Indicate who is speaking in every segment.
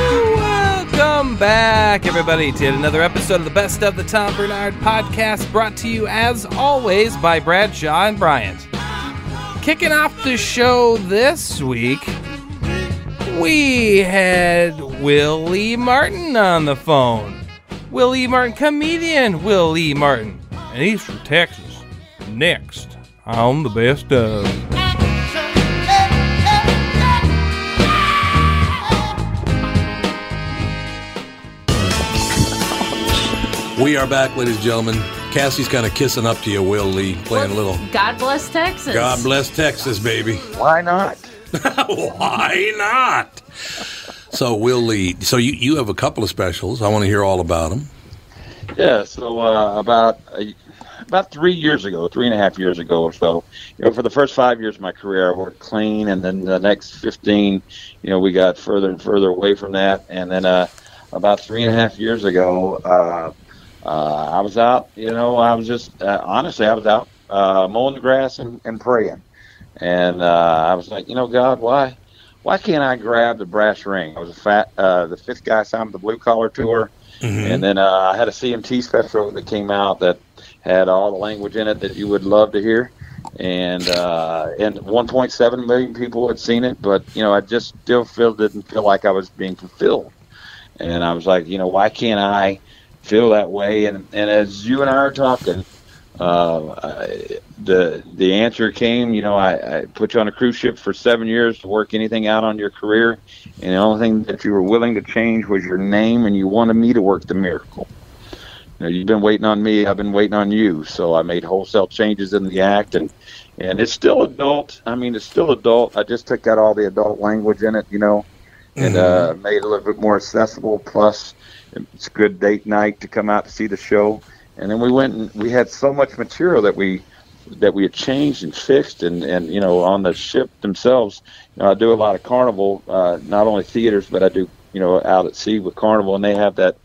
Speaker 1: Welcome back, everybody, to another episode of the Best of the Tom Bernard podcast, brought to you as always by Bradshaw and Bryant. Kicking off the show this week, we had Willie Martin on the phone. Willie Martin, comedian Willie Martin, and he's from Texas. Next on the Best of.
Speaker 2: We are back, ladies and gentlemen. Cassie's kind of kissing up to you, Will Lee, playing a little
Speaker 3: God bless Texas.
Speaker 2: God bless Texas, baby.
Speaker 4: Why not?
Speaker 2: Why not? So, Will Lee, so you, you have a couple of specials. I want to hear all about them.
Speaker 4: Yeah. So uh, about a, about three years ago, three and a half years ago or so, you know, for the first five years of my career, I worked clean, and then the next fifteen, you know, we got further and further away from that, and then uh, about three and a half years ago, uh, uh, I was out. You know, I was just uh, honestly, I was out uh, mowing the grass and, and praying, and uh, I was like, you know, God, why? Why can't I grab the brass ring? I was a fat, uh, the fifth guy signed with the Blue Collar Tour. And then uh, I had a CMT special that came out that had all the language in it that you would love to hear. And uh, and 1.7 million people had seen it, but you know I just still feel didn't feel like I was being fulfilled. And I was like, you know, why can't I feel that way? And and as you and I are talking, uh, I, the the answer came. You know, I, I put you on a cruise ship for seven years to work anything out on your career, and the only thing that you were willing to change was your name, and you wanted me to work the miracle. You know, you've been waiting on me. I've been waiting on you. So I made wholesale changes in the act, and and it's still adult. I mean, it's still adult. I just took out all the adult language in it, you know, and uh, made it a little bit more accessible. Plus, it's a good date night to come out to see the show. And then we went and we had so much material that we that we had changed and fixed and, and you know on the ship themselves you know i do a lot of carnival uh, not only theaters but i do you know out at sea with carnival and they have that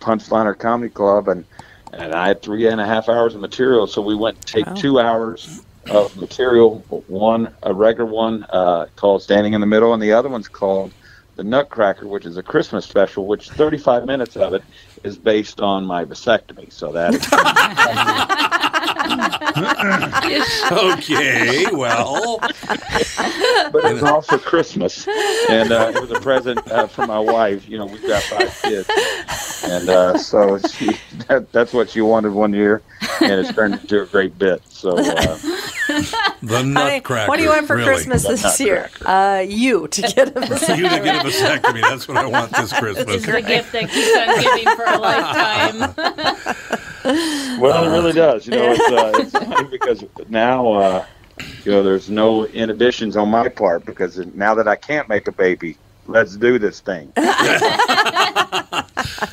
Speaker 4: punchliner comedy club and and i had three and a half hours of material so we went to take two hours of material one a regular one uh, called standing in the middle and the other one's called the nutcracker which is a christmas special which 35 minutes of it is based on my vasectomy so that
Speaker 2: Oh, Okay, well,
Speaker 4: but it was also Christmas, and uh, it was a present uh, for my wife. You know, we've got five kids, and uh, so she that, that's what she wanted one year, and it's turned into a great bit. So uh,
Speaker 2: the
Speaker 5: Honey,
Speaker 2: Nutcracker.
Speaker 5: what do you want for
Speaker 2: really.
Speaker 5: Christmas this year? Uh, you to get a
Speaker 2: For you to get a vasectomy. That's what I want this
Speaker 3: This is
Speaker 2: Christmas.
Speaker 3: the gift that keeps on giving for a lifetime.
Speaker 4: Well, it really does. You know, it's, uh, it's funny because now, uh, you know, there's no inhibitions on my part because now that I can't make a baby, let's do this thing.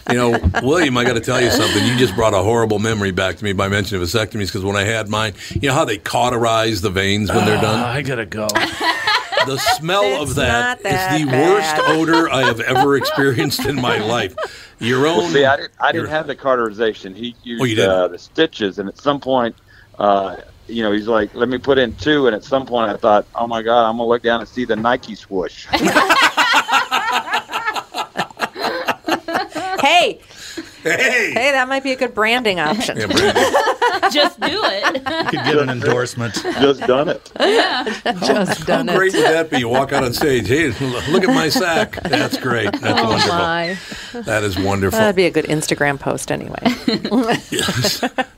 Speaker 2: You know, William, I got to tell you something. You just brought a horrible memory back to me by mentioning vasectomies because when I had mine, you know how they cauterize the veins when they're done?
Speaker 6: Ah, I gotta go.
Speaker 2: The smell of that
Speaker 7: It's
Speaker 2: is
Speaker 7: not that
Speaker 2: the
Speaker 7: bad.
Speaker 2: worst odor I have ever experienced in my life. Your own.
Speaker 4: Well, see, I didn't, I didn't have the cauterization. He used
Speaker 2: Oh, you didn't?
Speaker 4: uh, the stitches, and at some point, uh, you know, he's like, "Let me put in two. And at some point, I thought, "Oh my God, I'm gonna look down and see the Nike swoosh."
Speaker 5: hey,
Speaker 2: hey,
Speaker 5: that might be a good branding option.
Speaker 2: Yeah,
Speaker 8: Just do it.
Speaker 2: could get an endorsement.
Speaker 4: Just done it.
Speaker 5: Just done
Speaker 2: How great would that be? You walk out on stage. Hey, look at my sack. That's great. That's
Speaker 5: oh
Speaker 2: wonderful.
Speaker 5: my.
Speaker 2: That is wonderful.
Speaker 5: That'd be a good Instagram post anyway.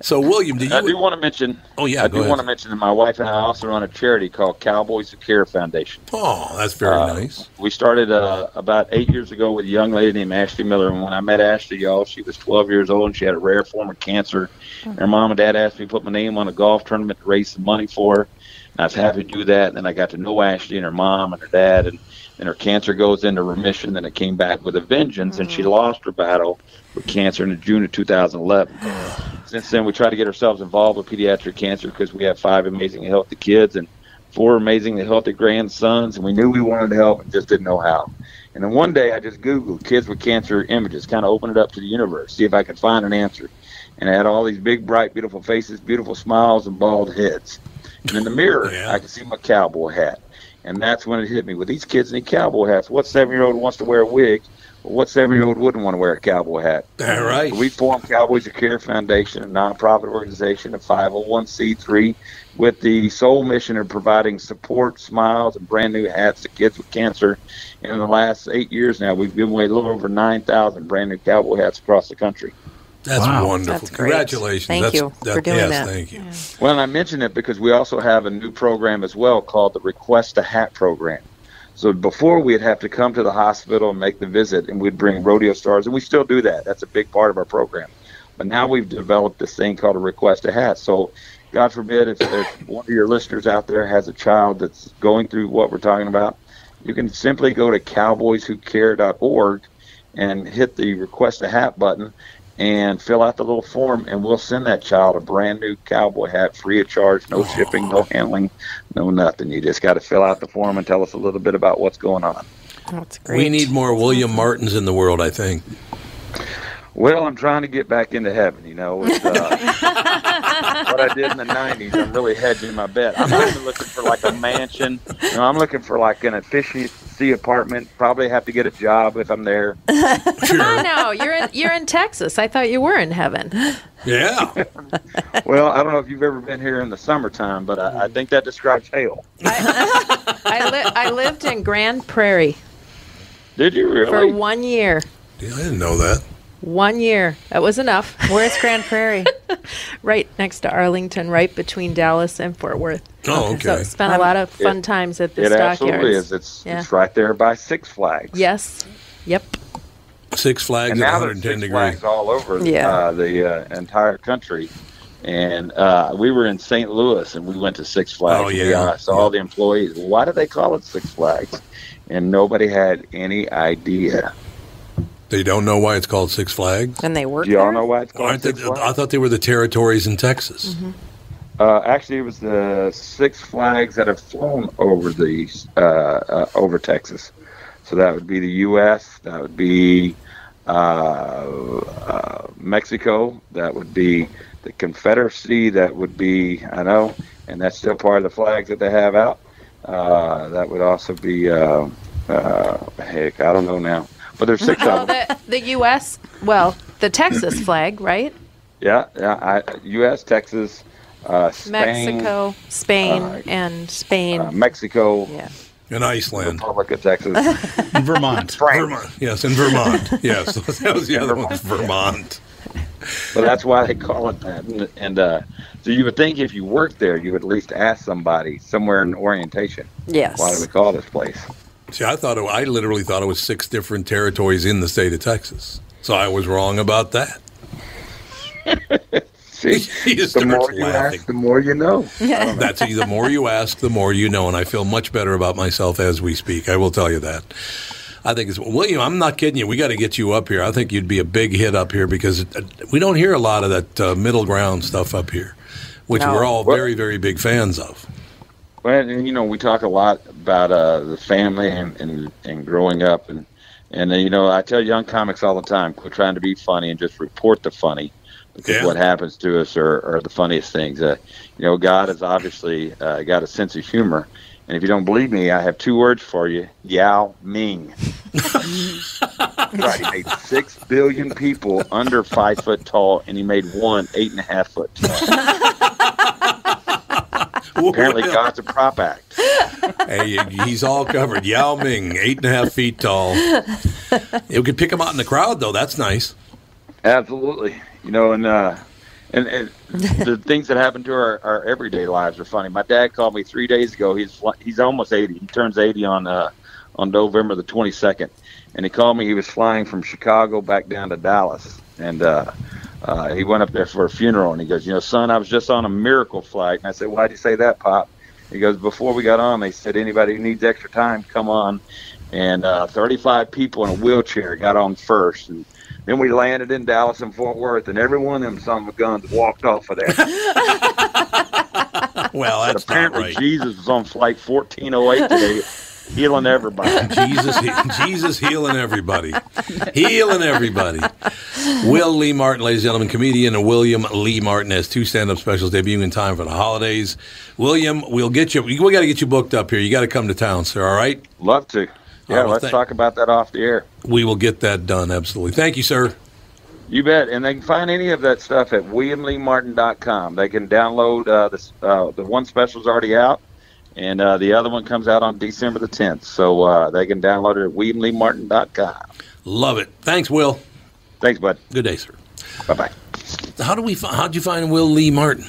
Speaker 2: So, William, do you?
Speaker 4: I do want to mention.
Speaker 2: Oh yeah,
Speaker 4: I
Speaker 2: go
Speaker 4: do
Speaker 2: ahead.
Speaker 4: want to mention that my wife and I also run a charity called Cowboys Who Care Foundation.
Speaker 2: Oh, that's very
Speaker 4: Uh,
Speaker 2: nice.
Speaker 4: We started uh, about eight years ago with a young lady named Ashley Miller. And when I met Ashley, y'all, she was 12 years old and she had a rare form of cancer. And her mom and dad asked me to put my name on a golf tournament to raise some money for her. And I was happy to do that. And then I got to know Ashley and her mom and her dad. And then her cancer goes into remission. Then it came back with a vengeance. And she lost her battle with cancer in June of 2011. Since then, we tried to get ourselves involved with pediatric cancer because we have five amazing, healthy kids. And four amazingly healthy grandsons, and we knew we wanted to help and just didn't know how. And then one day I just Googled kids with cancer images, kind of opened it up to the universe, see if I could find an answer. And I had all these big, bright, beautiful faces, beautiful smiles, and bald heads. And in the mirror, I could see my cowboy hat. And that's when it hit me. With these kids in cowboy hats, what seven year old wants to wear a wig? Well, what seven year old wouldn't want to wear a cowboy hat?
Speaker 2: All right.
Speaker 4: We formed Cowboys of Care Foundation, a nonprofit organization, a 501c3, with the sole mission of providing support, smiles, and brand new hats to kids with cancer. And in the last eight years now, we've given away a little over 9,000 brand new cowboy hats across the country.
Speaker 2: That's
Speaker 4: Wow.
Speaker 2: wonderful.
Speaker 4: That's great.
Speaker 2: Congratulations.
Speaker 4: Thank
Speaker 2: That's-
Speaker 4: you for doing
Speaker 2: yes,
Speaker 4: that.
Speaker 2: Thank you.
Speaker 4: Well, and I mention it because we also have a new program as well called the Request a Hat program. So before we'd have to come to the hospital and make the visit, and we'd bring rodeo stars, and we still do that. That's a big part of our program. But now we've developed this thing called a Request a Hat. So, God forbid if there's one of your listeners out there has a child that's going through what we're talking about, you can simply go to cowboyswhocare.org and hit the Request a Hat button and fill out the little form, and we'll send that child a brand new cowboy hat free of charge, no shipping, no handling, no nothing. You just got to fill out the form and tell us a little bit about what's going on.
Speaker 5: That's
Speaker 2: We need more William Martins in the world, I think.
Speaker 4: Well, I'm trying to get back into heaven, you know. It's, uh, what I did in the 90s, I'm really hedging my bet. I'm not even looking for like a mansion. You know, I'm looking for like an efficiency apartment. Probably have to get a job if I'm there.
Speaker 5: Come on now, you're in you're in Texas. I thought you were in heaven.
Speaker 2: Yeah.
Speaker 4: well, I don't know if you've ever been here in the summertime, but I, I
Speaker 2: Mm-hmm.
Speaker 4: think that describes hell.
Speaker 5: I li- I lived in Grand Prairie
Speaker 4: Did you really?
Speaker 5: for one year.
Speaker 2: Yeah, I didn't know that.
Speaker 5: One year. That was enough. Where's Grand Prairie? right next to Arlington, right between Dallas and Fort Worth.
Speaker 2: Oh,
Speaker 5: So
Speaker 2: okay.
Speaker 5: spent a lot of fun times at the
Speaker 4: It
Speaker 5: stockyards.
Speaker 4: absolutely is. It's
Speaker 5: Yeah.
Speaker 4: it's right there by Six Flags.
Speaker 5: Yes. Yep.
Speaker 2: Six Flags
Speaker 4: And
Speaker 2: at
Speaker 4: now there's
Speaker 2: 110
Speaker 4: Six
Speaker 2: degrees.
Speaker 4: Flags all over
Speaker 5: Yeah.
Speaker 4: uh, the uh, entire country. And uh, we were in St. Louis, and we went to Six Flags.
Speaker 2: Oh,
Speaker 4: and we
Speaker 2: yeah.
Speaker 4: asked all the employees, "Why do they call it Six Flags?" And nobody had any idea.
Speaker 2: They don't know why it's called Six Flags.
Speaker 5: And they work.
Speaker 4: Do y'all know why it's called
Speaker 2: Aren't they,
Speaker 4: Six Flags?
Speaker 2: I thought they were the territories in Texas.
Speaker 5: Mm-hmm.
Speaker 4: Uh, actually, it was the Six Flags that have flown over the uh, uh, over Texas. So that would be the U.S. That would be uh, uh, Mexico. That would be the Confederacy. That would be I know, and that's still part of the flags that they have out. Uh, that would also be uh, uh, heck, I don't know now, but there's six
Speaker 5: Well,
Speaker 4: of them.
Speaker 5: the, the U.S. Well, the Texas flag, right?
Speaker 4: Yeah, yeah. I, U.S., Texas, uh, Spain,
Speaker 5: Mexico, Spain,
Speaker 4: uh,
Speaker 5: and Spain.
Speaker 4: uh, Mexico.
Speaker 5: yeah.
Speaker 2: In Iceland.
Speaker 4: Republic of Texas.
Speaker 2: Vermont. Vermont. Yes, in Vermont. Yes, that was the other one. Vermont.
Speaker 4: But that's why they call it that. And, and uh, so you would think if you worked there, you would at least ask somebody somewhere in orientation.
Speaker 5: Yes.
Speaker 4: Why do we call this place?
Speaker 2: See, I thought it, I literally thought it was six different territories in the state of Texas. So I was wrong about that.
Speaker 4: See, the more you ask, the more you know.
Speaker 2: That's the more you ask, the more you know, and I feel much better about myself as we speak. I will tell you that. I think it's William. I'm not kidding you. We got to get you up here. I think you'd be a big hit up here because uh, we don't hear a lot of that uh, middle ground stuff up here, which
Speaker 4: No.
Speaker 2: we're all
Speaker 4: Well-
Speaker 2: very, very big fans of.
Speaker 4: Well, and, you know, we talk a lot about uh, the family and, and, and growing up, and and uh, you know, I tell young comics all the time, quit trying to be funny and just report the funny, because
Speaker 9: Yeah.
Speaker 4: what happens to us are, are the funniest things. Uh, you know, God has obviously uh, got a sense of humor, and if you don't believe me, I have two words for you: Yao Ming. right, he made six billion people under five foot tall, and he made one eight and a half foot tall. Apparently, God's a prop act.
Speaker 2: Hey, he's all covered. Yao Ming, eight and a half feet tall. You could pick him out in the crowd, though. That's nice.
Speaker 4: Absolutely. You know, and uh, and, and the things that happen to our, our everyday lives are funny. My dad called me three days ago. He's fly- he's almost eighty. He turns eighty on uh, on November the twenty second, and he called me. He was flying from Chicago back down to Dallas, and uh, uh, he went up there for a funeral. And he goes, you know, son, I was just on a miracle flight. And I said, why'd you say that, pop? He goes, before we got on, they said anybody who needs extra time, come on. And uh, 35 people in a wheelchair got on first, and then we landed in Dallas and Fort Worth, and every one of them son of a guns walked off of there.
Speaker 2: well,
Speaker 4: that's apparently Jesus was on flight 1408 today, healing everybody.
Speaker 2: Jesus, he- Jesus healing everybody, healing everybody. Will Lee Martin, ladies and gentlemen, comedian William Lee Martin has two stand-up specials debuting in time for the holidays. William, we'll get you. We got to get you booked up here. You got to come to town, sir. All right.
Speaker 4: Love to. Yeah,
Speaker 2: Oh, well,
Speaker 4: let's
Speaker 2: thank-
Speaker 4: talk about that off the air.
Speaker 2: We will get that done. Absolutely. Thank you, sir.
Speaker 4: You bet. And they can find any of that stuff at williamleemartin.com. They can download uh, this, uh, the one special's already out, and uh, the other one comes out on December the 10th. So uh, they can download it at williamleemartin.com.
Speaker 2: Love it. Thanks, Will.
Speaker 4: Thanks, bud.
Speaker 2: Good day, sir.
Speaker 4: Bye bye.
Speaker 2: How do we? fi- How'd you find Will Lee Martin?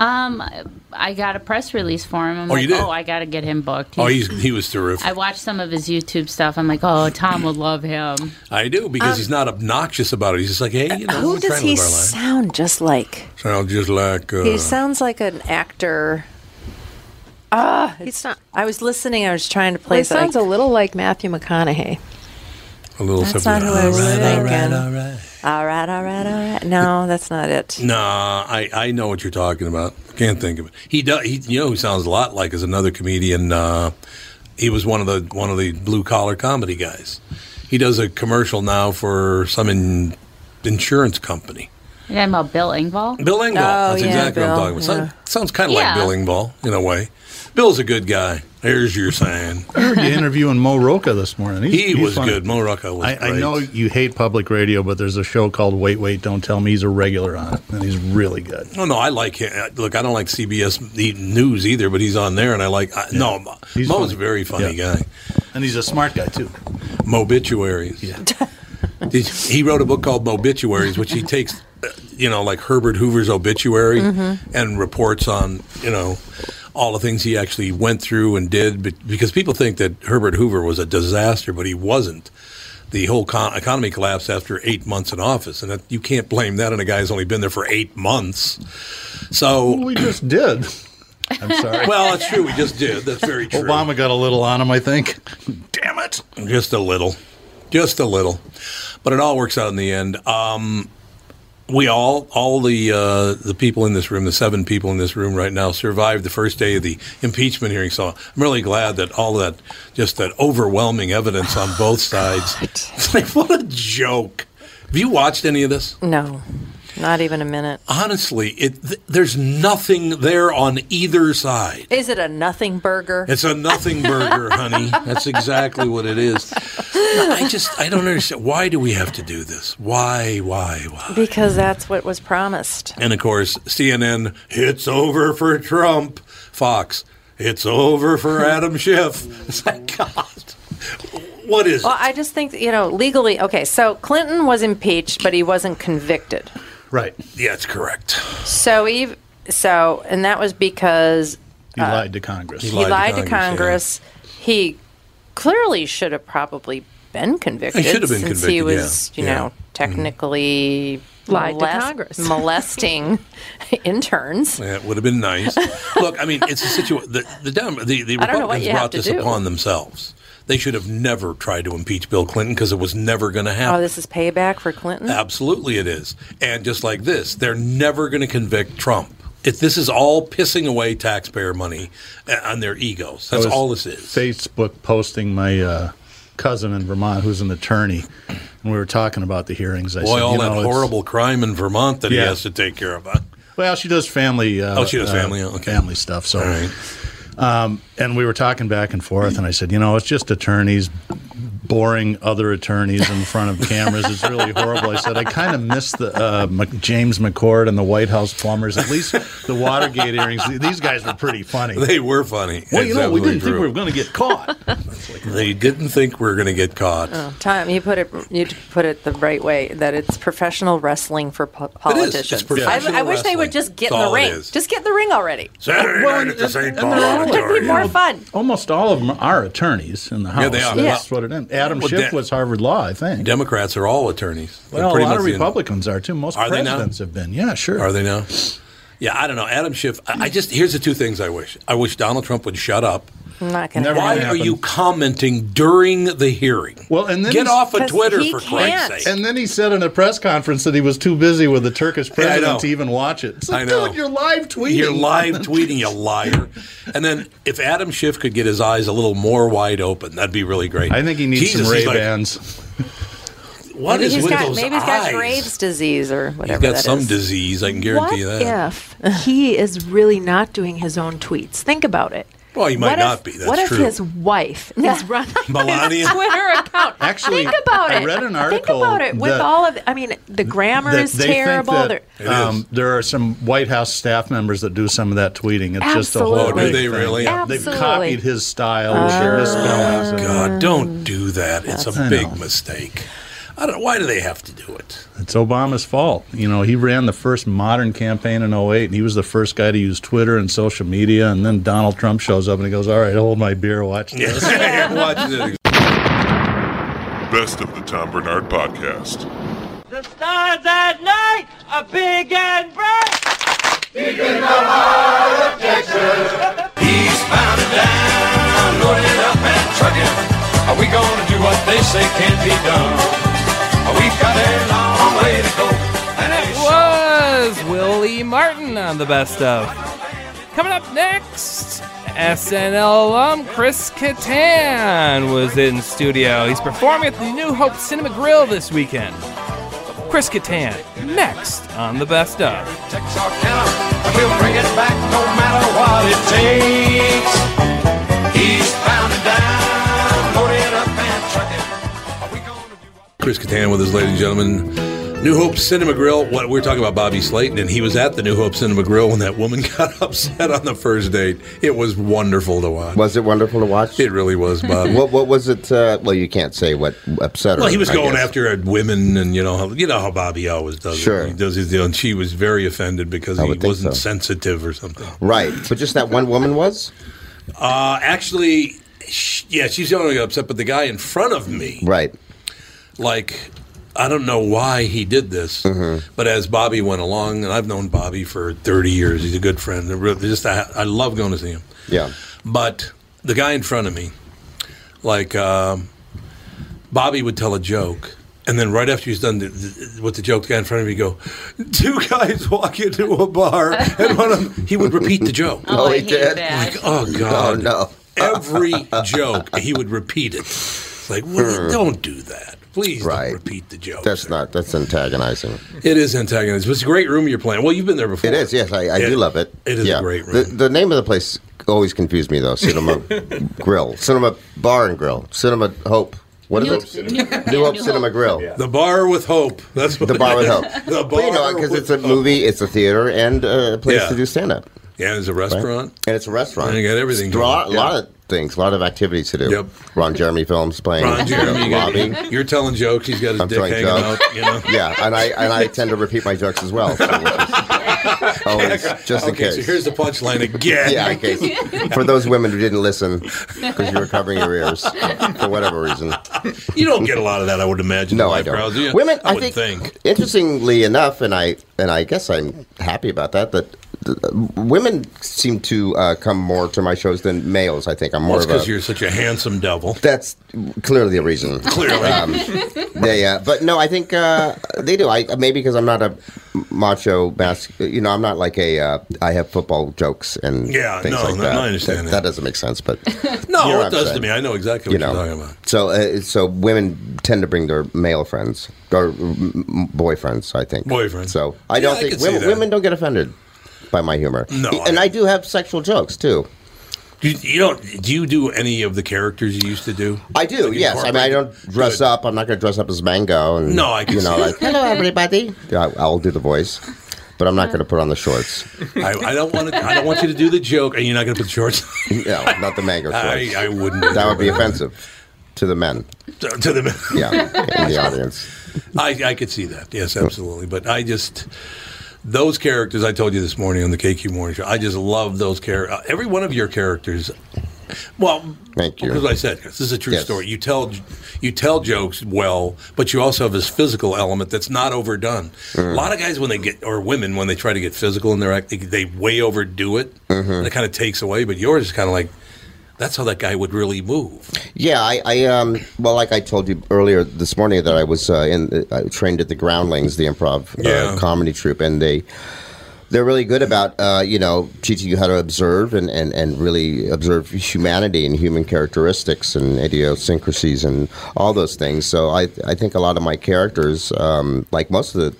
Speaker 8: Um, I- I got a press release for him. I'm
Speaker 2: Oh,
Speaker 8: like,
Speaker 2: you did?
Speaker 8: oh, I got to get him booked.
Speaker 2: Oh, he's he was terrific.
Speaker 8: I watched some of his YouTube stuff. I'm like, oh, Tom would love him.
Speaker 2: I do because he's not obnoxious about it. He's just like, hey, you know,
Speaker 5: Um, Who
Speaker 2: we're trying
Speaker 5: does
Speaker 2: to live
Speaker 5: he
Speaker 2: our life.
Speaker 5: sound just like?
Speaker 2: Sounds just like uh,
Speaker 5: he sounds like an actor. Ah, he's not. I was listening. I was trying to play.
Speaker 2: Well, he
Speaker 5: sounds a little like Matthew McConaughey.
Speaker 2: a little
Speaker 5: That's
Speaker 2: something.
Speaker 5: not who I was
Speaker 2: All right, all right,
Speaker 5: thinking.
Speaker 2: all right.
Speaker 5: All right, all right, all right. No, that's not it.
Speaker 2: Nah, I, I know what you're talking about. Can't think of it. He does. He, you know, who sounds a lot like is another comedian. Uh, he was one of the one of the blue collar comedy guys. He does a commercial now for some in, insurance company.
Speaker 8: You're talking about Bill Engvall?
Speaker 2: Bill Engvall.
Speaker 5: Oh,
Speaker 2: That's exactly what I'm talking about.
Speaker 8: Bill,
Speaker 2: Sound- sounds kind of
Speaker 8: Yeah.
Speaker 2: like Bill Engvall in a way. Bill's a good guy. There's your sign.
Speaker 10: I heard you interviewing Mo Rocca this morning. He's-
Speaker 2: He
Speaker 10: he's
Speaker 2: was
Speaker 10: funny.
Speaker 2: good. Mo Rocca was
Speaker 10: I, I
Speaker 2: great.
Speaker 10: know you hate public radio, but there's a show called Wait, Wait, Don't Tell Me. He's a regular on it, and he's really good.
Speaker 2: No, no, I like him. Uh, Look, I don't like CBS e- News either, but he's on there, and I like. I, No, Mo-
Speaker 10: He's
Speaker 2: Mo's
Speaker 10: funny.
Speaker 2: a very funny
Speaker 10: Yeah.
Speaker 2: guy.
Speaker 10: And he's a smart guy, too.
Speaker 2: Mobituaries. Did, he wrote a book called Mobituaries, which he takes, uh, you know, like Herbert Hoover's obituary
Speaker 9: Mhm.
Speaker 10: Mm-hmm.
Speaker 2: and reports on, you know, all the things he actually went through and did. But, because people think that Herbert Hoover was a disaster, but he wasn't. The whole con- economy collapsed after eight months in office, and that, you can't blame that on a guy who's only been there for eight months. So
Speaker 10: we just did. I'm sorry.
Speaker 2: Well, that's true. We just did. That's very true.
Speaker 10: Obama got a little on him, I think. Damn it.
Speaker 2: Just a little. Just a little. But it all works out in the end. Um, we all, all the uh, the people in this room, the seven people in this room right now, survived the first day of the impeachment hearing. So I'm really glad that all that, just that overwhelming evidence on both sides. It's like, what a joke. Have you watched any of this?
Speaker 5: No, not even a minute.
Speaker 2: Honestly, it th- there's nothing there on either side.
Speaker 5: Is it a nothing burger?
Speaker 2: It's a nothing burger, honey. That's exactly what it is. I just I don't understand why do we have to do this? Why, why, why?
Speaker 5: Because that's what was promised.
Speaker 2: And of course, CNN, it's over for Trump. Fox, it's over for Adam Schiff. It's like God. What is
Speaker 5: Well, I just think you know legally. Okay, so Clinton was impeached, but he wasn't convicted.
Speaker 10: Right.
Speaker 2: Yeah, it's correct.
Speaker 5: So Eve, so and that was because
Speaker 10: He lied to Congress.
Speaker 5: Uh, he lied, to Congress. He clearly should have probably been convicted.
Speaker 10: He should have been
Speaker 5: since
Speaker 10: convicted,
Speaker 5: he was,
Speaker 10: yeah.
Speaker 5: you
Speaker 10: Yeah.
Speaker 5: know, technically Lied to
Speaker 9: molest-
Speaker 5: Congress.
Speaker 9: molesting interns.
Speaker 2: Yeah, it would have been nice. Look, I mean, it's a situation. The the, Dem- the, the
Speaker 9: I don't know what
Speaker 2: Republicans
Speaker 9: you have
Speaker 2: brought
Speaker 9: to
Speaker 2: this
Speaker 9: do.
Speaker 2: upon themselves. They should have never tried to impeach Bill Clinton because it was never going to happen.
Speaker 9: Oh, this is payback for
Speaker 10: Mm-hmm.
Speaker 9: Clinton.
Speaker 2: Absolutely, it is. And just like this, they're never going to convict Trump. If this is all pissing away taxpayer money uh, on their egos, that's
Speaker 10: I was
Speaker 2: all this is.
Speaker 10: Facebook posting my uh, cousin in Vermont who's an attorney, and we were talking about the hearings. I
Speaker 2: Boy,
Speaker 10: said,
Speaker 2: all
Speaker 10: you know,
Speaker 2: that
Speaker 10: it's-
Speaker 2: horrible crime in Vermont that he
Speaker 10: Yeah.
Speaker 2: has to take care of. huh?
Speaker 10: Well, she does family. Uh,
Speaker 2: Oh, she does
Speaker 10: uh,
Speaker 2: family, okay.
Speaker 10: family stuff. So, um, and we were talking back and forth, and I said, you know, it's just attorneys boring other attorneys in front of cameras. It's really horrible. I said, I kind of miss the uh, Mc- James McCord and the White House plumbers. At least the Watergate hearings. th- These guys were pretty funny.
Speaker 2: They were funny.
Speaker 10: Well, you know, we
Speaker 2: Absolutely
Speaker 10: didn't think we
Speaker 2: true.
Speaker 10: were going to get caught.
Speaker 2: They didn't think we were going to get caught.
Speaker 5: Uh,
Speaker 9: Oh, Tom, you put it you put it the right way that it's professional wrestling for po- politicians.
Speaker 2: It's professional
Speaker 9: I, I wish they would just
Speaker 2: wrestling.
Speaker 9: get
Speaker 2: That's
Speaker 9: in the
Speaker 2: all it
Speaker 9: ring.
Speaker 2: is.
Speaker 9: Just get in the ring already.
Speaker 2: Saturday
Speaker 10: Well,
Speaker 2: night at the
Speaker 10: and-
Speaker 2: St.
Speaker 10: and
Speaker 2: Paul
Speaker 10: they're all
Speaker 9: It'd be
Speaker 2: Auditorium.
Speaker 9: more fun.
Speaker 10: Almost all of them are attorneys in the House.
Speaker 2: Yeah, they are.
Speaker 10: That's
Speaker 2: Yeah.
Speaker 10: what it is. Adam
Speaker 2: Well,
Speaker 10: Schiff
Speaker 2: Dan-
Speaker 10: was Harvard Law, I think.
Speaker 2: Democrats are all attorneys. They're
Speaker 10: Well, a
Speaker 2: pretty
Speaker 10: lot of
Speaker 2: much the-
Speaker 10: Republicans are too. Most
Speaker 2: Are they now?
Speaker 10: presidents have been. Yeah, sure.
Speaker 2: Are they now? Yeah, I don't know. Adam Schiff. I I just here's the two things I wish. I wish Donald Trump would shut up.
Speaker 9: I'm not gonna.
Speaker 2: Why are you commenting during the hearing?
Speaker 10: Well, and then
Speaker 2: get
Speaker 10: he's-
Speaker 2: off of Twitter for Christ's sake.
Speaker 10: And then he said in a press conference that he was too busy with the Turkish
Speaker 2: Yeah, I know.
Speaker 10: president to even watch it. So,
Speaker 2: I know.
Speaker 10: dude, you're live tweeting.
Speaker 2: You're live tweeting, you liar. And then if Adam Schiff could get his eyes a little more wide open, that'd be really great.
Speaker 10: I think he needs
Speaker 2: Jesus,
Speaker 10: some
Speaker 2: he's
Speaker 10: Ray
Speaker 2: like,
Speaker 10: Bans.
Speaker 2: What
Speaker 9: maybe
Speaker 2: is
Speaker 9: he's
Speaker 2: with
Speaker 9: got,
Speaker 2: those
Speaker 9: Maybe he's got
Speaker 2: eyes?
Speaker 9: Graves' disease or
Speaker 2: He's
Speaker 9: whatever.
Speaker 2: got
Speaker 9: that
Speaker 2: some
Speaker 9: is.
Speaker 2: disease. I can guarantee you
Speaker 5: what
Speaker 2: that.
Speaker 5: if he is really not doing his own tweets? Think about it.
Speaker 2: Well, he might
Speaker 5: What
Speaker 2: not
Speaker 5: if-
Speaker 2: be, that's
Speaker 5: what
Speaker 2: true.
Speaker 5: if his wife is running his
Speaker 2: Melania?
Speaker 5: Twitter account?
Speaker 10: Actually,
Speaker 5: think about
Speaker 10: I
Speaker 5: it.
Speaker 10: read an
Speaker 5: Think
Speaker 10: article
Speaker 5: about it. With
Speaker 10: that-
Speaker 5: all of, I mean, the grammar
Speaker 10: that
Speaker 5: is
Speaker 10: they think
Speaker 5: terrible.
Speaker 10: that,
Speaker 5: They're-
Speaker 10: um, there are some White House staff members that do some of that tweeting. It's just a whole.
Speaker 5: Absolutely.
Speaker 2: Oh, do they
Speaker 10: big thing.
Speaker 2: really?
Speaker 10: Yeah,
Speaker 5: Absolutely.
Speaker 10: They've copied his style.
Speaker 9: Uh,
Speaker 10: their misspellings. and-
Speaker 2: God, don't do that. It's
Speaker 10: I
Speaker 2: a big mistake. I don't. Why do they have to do it?
Speaker 10: It's Obama's fault. You know, he ran the first modern campaign in 08, and he was the first guy to use Twitter and social media. And then Donald Trump shows up and he goes, All right, hold my beer, watch this.
Speaker 11: Best of the Tom Bernard Podcast.
Speaker 7: The stars at night are big and bright. Deep in the heart of Texas. Eastbound and down, loaded up and trucking. Are we gonna do what they say can't be done? We've got a long way to go.
Speaker 1: was Willie Martin on the best of. Coming up next, SNL alum Chris Kattan was in studio. He's performing at the New Hope Cinema Grill this weekend. Chris Kattan next on the best of.
Speaker 7: Texarkana, and we'll bring it back no matter what it takes. Eastbound and down, loaded up and trucking.
Speaker 2: Chris Kattan with his ladies and gentlemen. New Hope Cinema Grill. What we're talking about, Bobby Slayton, and he was at the New Hope Cinema Grill when that woman got upset on the first date. It was wonderful to watch.
Speaker 12: Was it wonderful to watch? It
Speaker 2: really was, Bob.
Speaker 12: what What was it? Uh, well, you can't say what upset her.
Speaker 2: Well, he was
Speaker 12: I
Speaker 2: going
Speaker 12: guess.
Speaker 2: after uh, women, and you know, how, you know how Bobby always does.
Speaker 12: Sure.
Speaker 2: it. he does his deal, and she was very offended because
Speaker 12: I
Speaker 2: he
Speaker 12: would think
Speaker 2: wasn't
Speaker 12: so.
Speaker 2: sensitive or something.
Speaker 12: Right, but just that one woman was
Speaker 2: Uh, actually, sh- yeah, she's the only one who got upset, but the guy in front of me,
Speaker 12: right.
Speaker 2: like, I don't know why he did this, but as Bobby went along, and I've known Bobby for 30 years, he's a good friend. They're really- Just, I, I love going to see him.
Speaker 12: Yeah.
Speaker 2: But the guy in front of me, like, um, Bobby would tell a joke. And then right after he's done the, the, with the joke, the guy in front of me would go, two guys walk into a bar, and one of them, he would repeat the joke.
Speaker 12: Oh, he did.
Speaker 2: Like, oh God!
Speaker 12: no!
Speaker 2: Every joke he would repeat it. It's like, well,
Speaker 12: Hmm.
Speaker 2: don't do that, please. don't
Speaker 12: Right.
Speaker 2: Repeat the joke.
Speaker 12: That's not. That's antagonizing.
Speaker 2: It is antagonist. but It's a great room you're playing. Well, you've been there before.
Speaker 12: It is. Yes, I, I do love it.
Speaker 2: It is
Speaker 12: yeah.
Speaker 2: a great room.
Speaker 12: The, the name of the place always confused me though. Cinema Grill, Cinema Bar and Grill, Cinema Hope. What is
Speaker 2: New
Speaker 12: it? New Hope Cinema Grill.
Speaker 2: The bar with hope. That's what
Speaker 12: The bar
Speaker 2: it
Speaker 12: with
Speaker 2: is.
Speaker 12: hope.
Speaker 2: The
Speaker 12: Well, you know,
Speaker 2: bar
Speaker 12: because
Speaker 2: with
Speaker 12: it's a
Speaker 2: hope.
Speaker 12: movie, it's a theater, and uh, a place
Speaker 2: Yeah.
Speaker 12: to do stand up.
Speaker 2: Yeah, it's a restaurant.
Speaker 12: And it's a restaurant.
Speaker 2: And you got everything
Speaker 12: It's A lot,
Speaker 2: going on.
Speaker 12: lot of things, a lot of activities to do. Yep. Ron Jeremy films playing.
Speaker 2: Ron
Speaker 12: you know,
Speaker 2: Jeremy, you got-
Speaker 12: lobby.
Speaker 2: you're telling jokes. He's got his
Speaker 12: I'm
Speaker 2: dick
Speaker 12: throwing
Speaker 2: hanging
Speaker 12: jokes.
Speaker 2: out. You know.
Speaker 12: Yeah, and I and I tend to repeat my jokes as well. so, which is- Always, just in
Speaker 2: okay, so
Speaker 12: case.
Speaker 2: here's the punchline again.
Speaker 12: Yeah, in case. For those women who didn't listen, because you were covering your ears for whatever reason.
Speaker 2: You don't get a lot of that, I would imagine.
Speaker 12: No,
Speaker 2: in
Speaker 12: I
Speaker 2: live
Speaker 12: don't.
Speaker 2: crowds, do you?
Speaker 12: Women,
Speaker 2: I,
Speaker 12: I
Speaker 2: would
Speaker 12: think,
Speaker 2: think.
Speaker 12: Interestingly enough, and I and I guess I'm happy about that. That th- women seem to uh, come more to my shows than males. I think I'm more
Speaker 2: Well, it's
Speaker 12: of
Speaker 2: because
Speaker 12: a.
Speaker 2: you're such a handsome devil.
Speaker 12: That's clearly the reason.
Speaker 2: Clearly.
Speaker 12: Um, they, uh, but no, I think uh, they do. I maybe because I'm not a macho mas. You know, I'm not like a. Uh, I have football jokes and
Speaker 2: Yeah,
Speaker 12: things
Speaker 2: no,
Speaker 12: like
Speaker 2: no,
Speaker 12: that.
Speaker 2: no, I understand
Speaker 12: that,
Speaker 2: that.
Speaker 12: that doesn't make sense, but
Speaker 2: No,
Speaker 12: You know what
Speaker 2: it
Speaker 12: I'm
Speaker 2: does to
Speaker 12: saying.
Speaker 2: me. I know exactly
Speaker 12: you
Speaker 2: what
Speaker 12: know.
Speaker 2: you're talking about.
Speaker 12: So, uh, so women tend to bring their male friends or mm, boyfriends. I think boyfriends. So I
Speaker 2: Yeah,
Speaker 12: don't
Speaker 2: I
Speaker 12: think
Speaker 2: could see
Speaker 12: women,
Speaker 2: that.
Speaker 12: women don't get offended by my humor. E,
Speaker 2: No,
Speaker 12: and I, do have sexual jokes too.
Speaker 2: You, you don't? Do you do any of the characters you used to do?
Speaker 12: I do.
Speaker 2: Like
Speaker 12: yes, I mean I don't dress up. I'm not going to dress up as Mango. And
Speaker 2: No, I can
Speaker 12: you know,
Speaker 2: see
Speaker 12: like
Speaker 7: Hello, everybody.
Speaker 12: I, I'll do the voice, but I'm not going to put on the shorts.
Speaker 2: I, I don't want to. I don't want you to do the joke, and you're not going to put the shorts.
Speaker 12: no, not the mango
Speaker 2: I,
Speaker 12: shorts.
Speaker 2: I wouldn't. do
Speaker 12: That would be offensive to the men
Speaker 2: To, to the
Speaker 12: Yeah, in the audience.
Speaker 2: I, I could see that. Yes, absolutely. But I just those characters I told you this morning on the KQ Morning Show. I just love those characters. Every one of your characters. Well,
Speaker 12: Thank you.
Speaker 2: Because I said this is a true
Speaker 12: Yes.
Speaker 2: story. You tell you tell jokes well, but you also have this physical element that's not overdone.
Speaker 4: Mm.
Speaker 2: A lot of guys when they get or women when they try to get physical in their act, they, they way overdo it, and it kind of takes away. But yours is kind of like that's how that guy would really move.
Speaker 12: Yeah, I, I um, well, like I told you earlier this morning that I was uh, in I trained at the Groundlings, the improv uh,
Speaker 2: Yeah.
Speaker 12: comedy troupe, and they they're really good about uh, you know teaching you how to observe and, and, and really observe humanity and human characteristics and idiosyncrasies and all those things. So I I think a lot of my characters, um, like most of the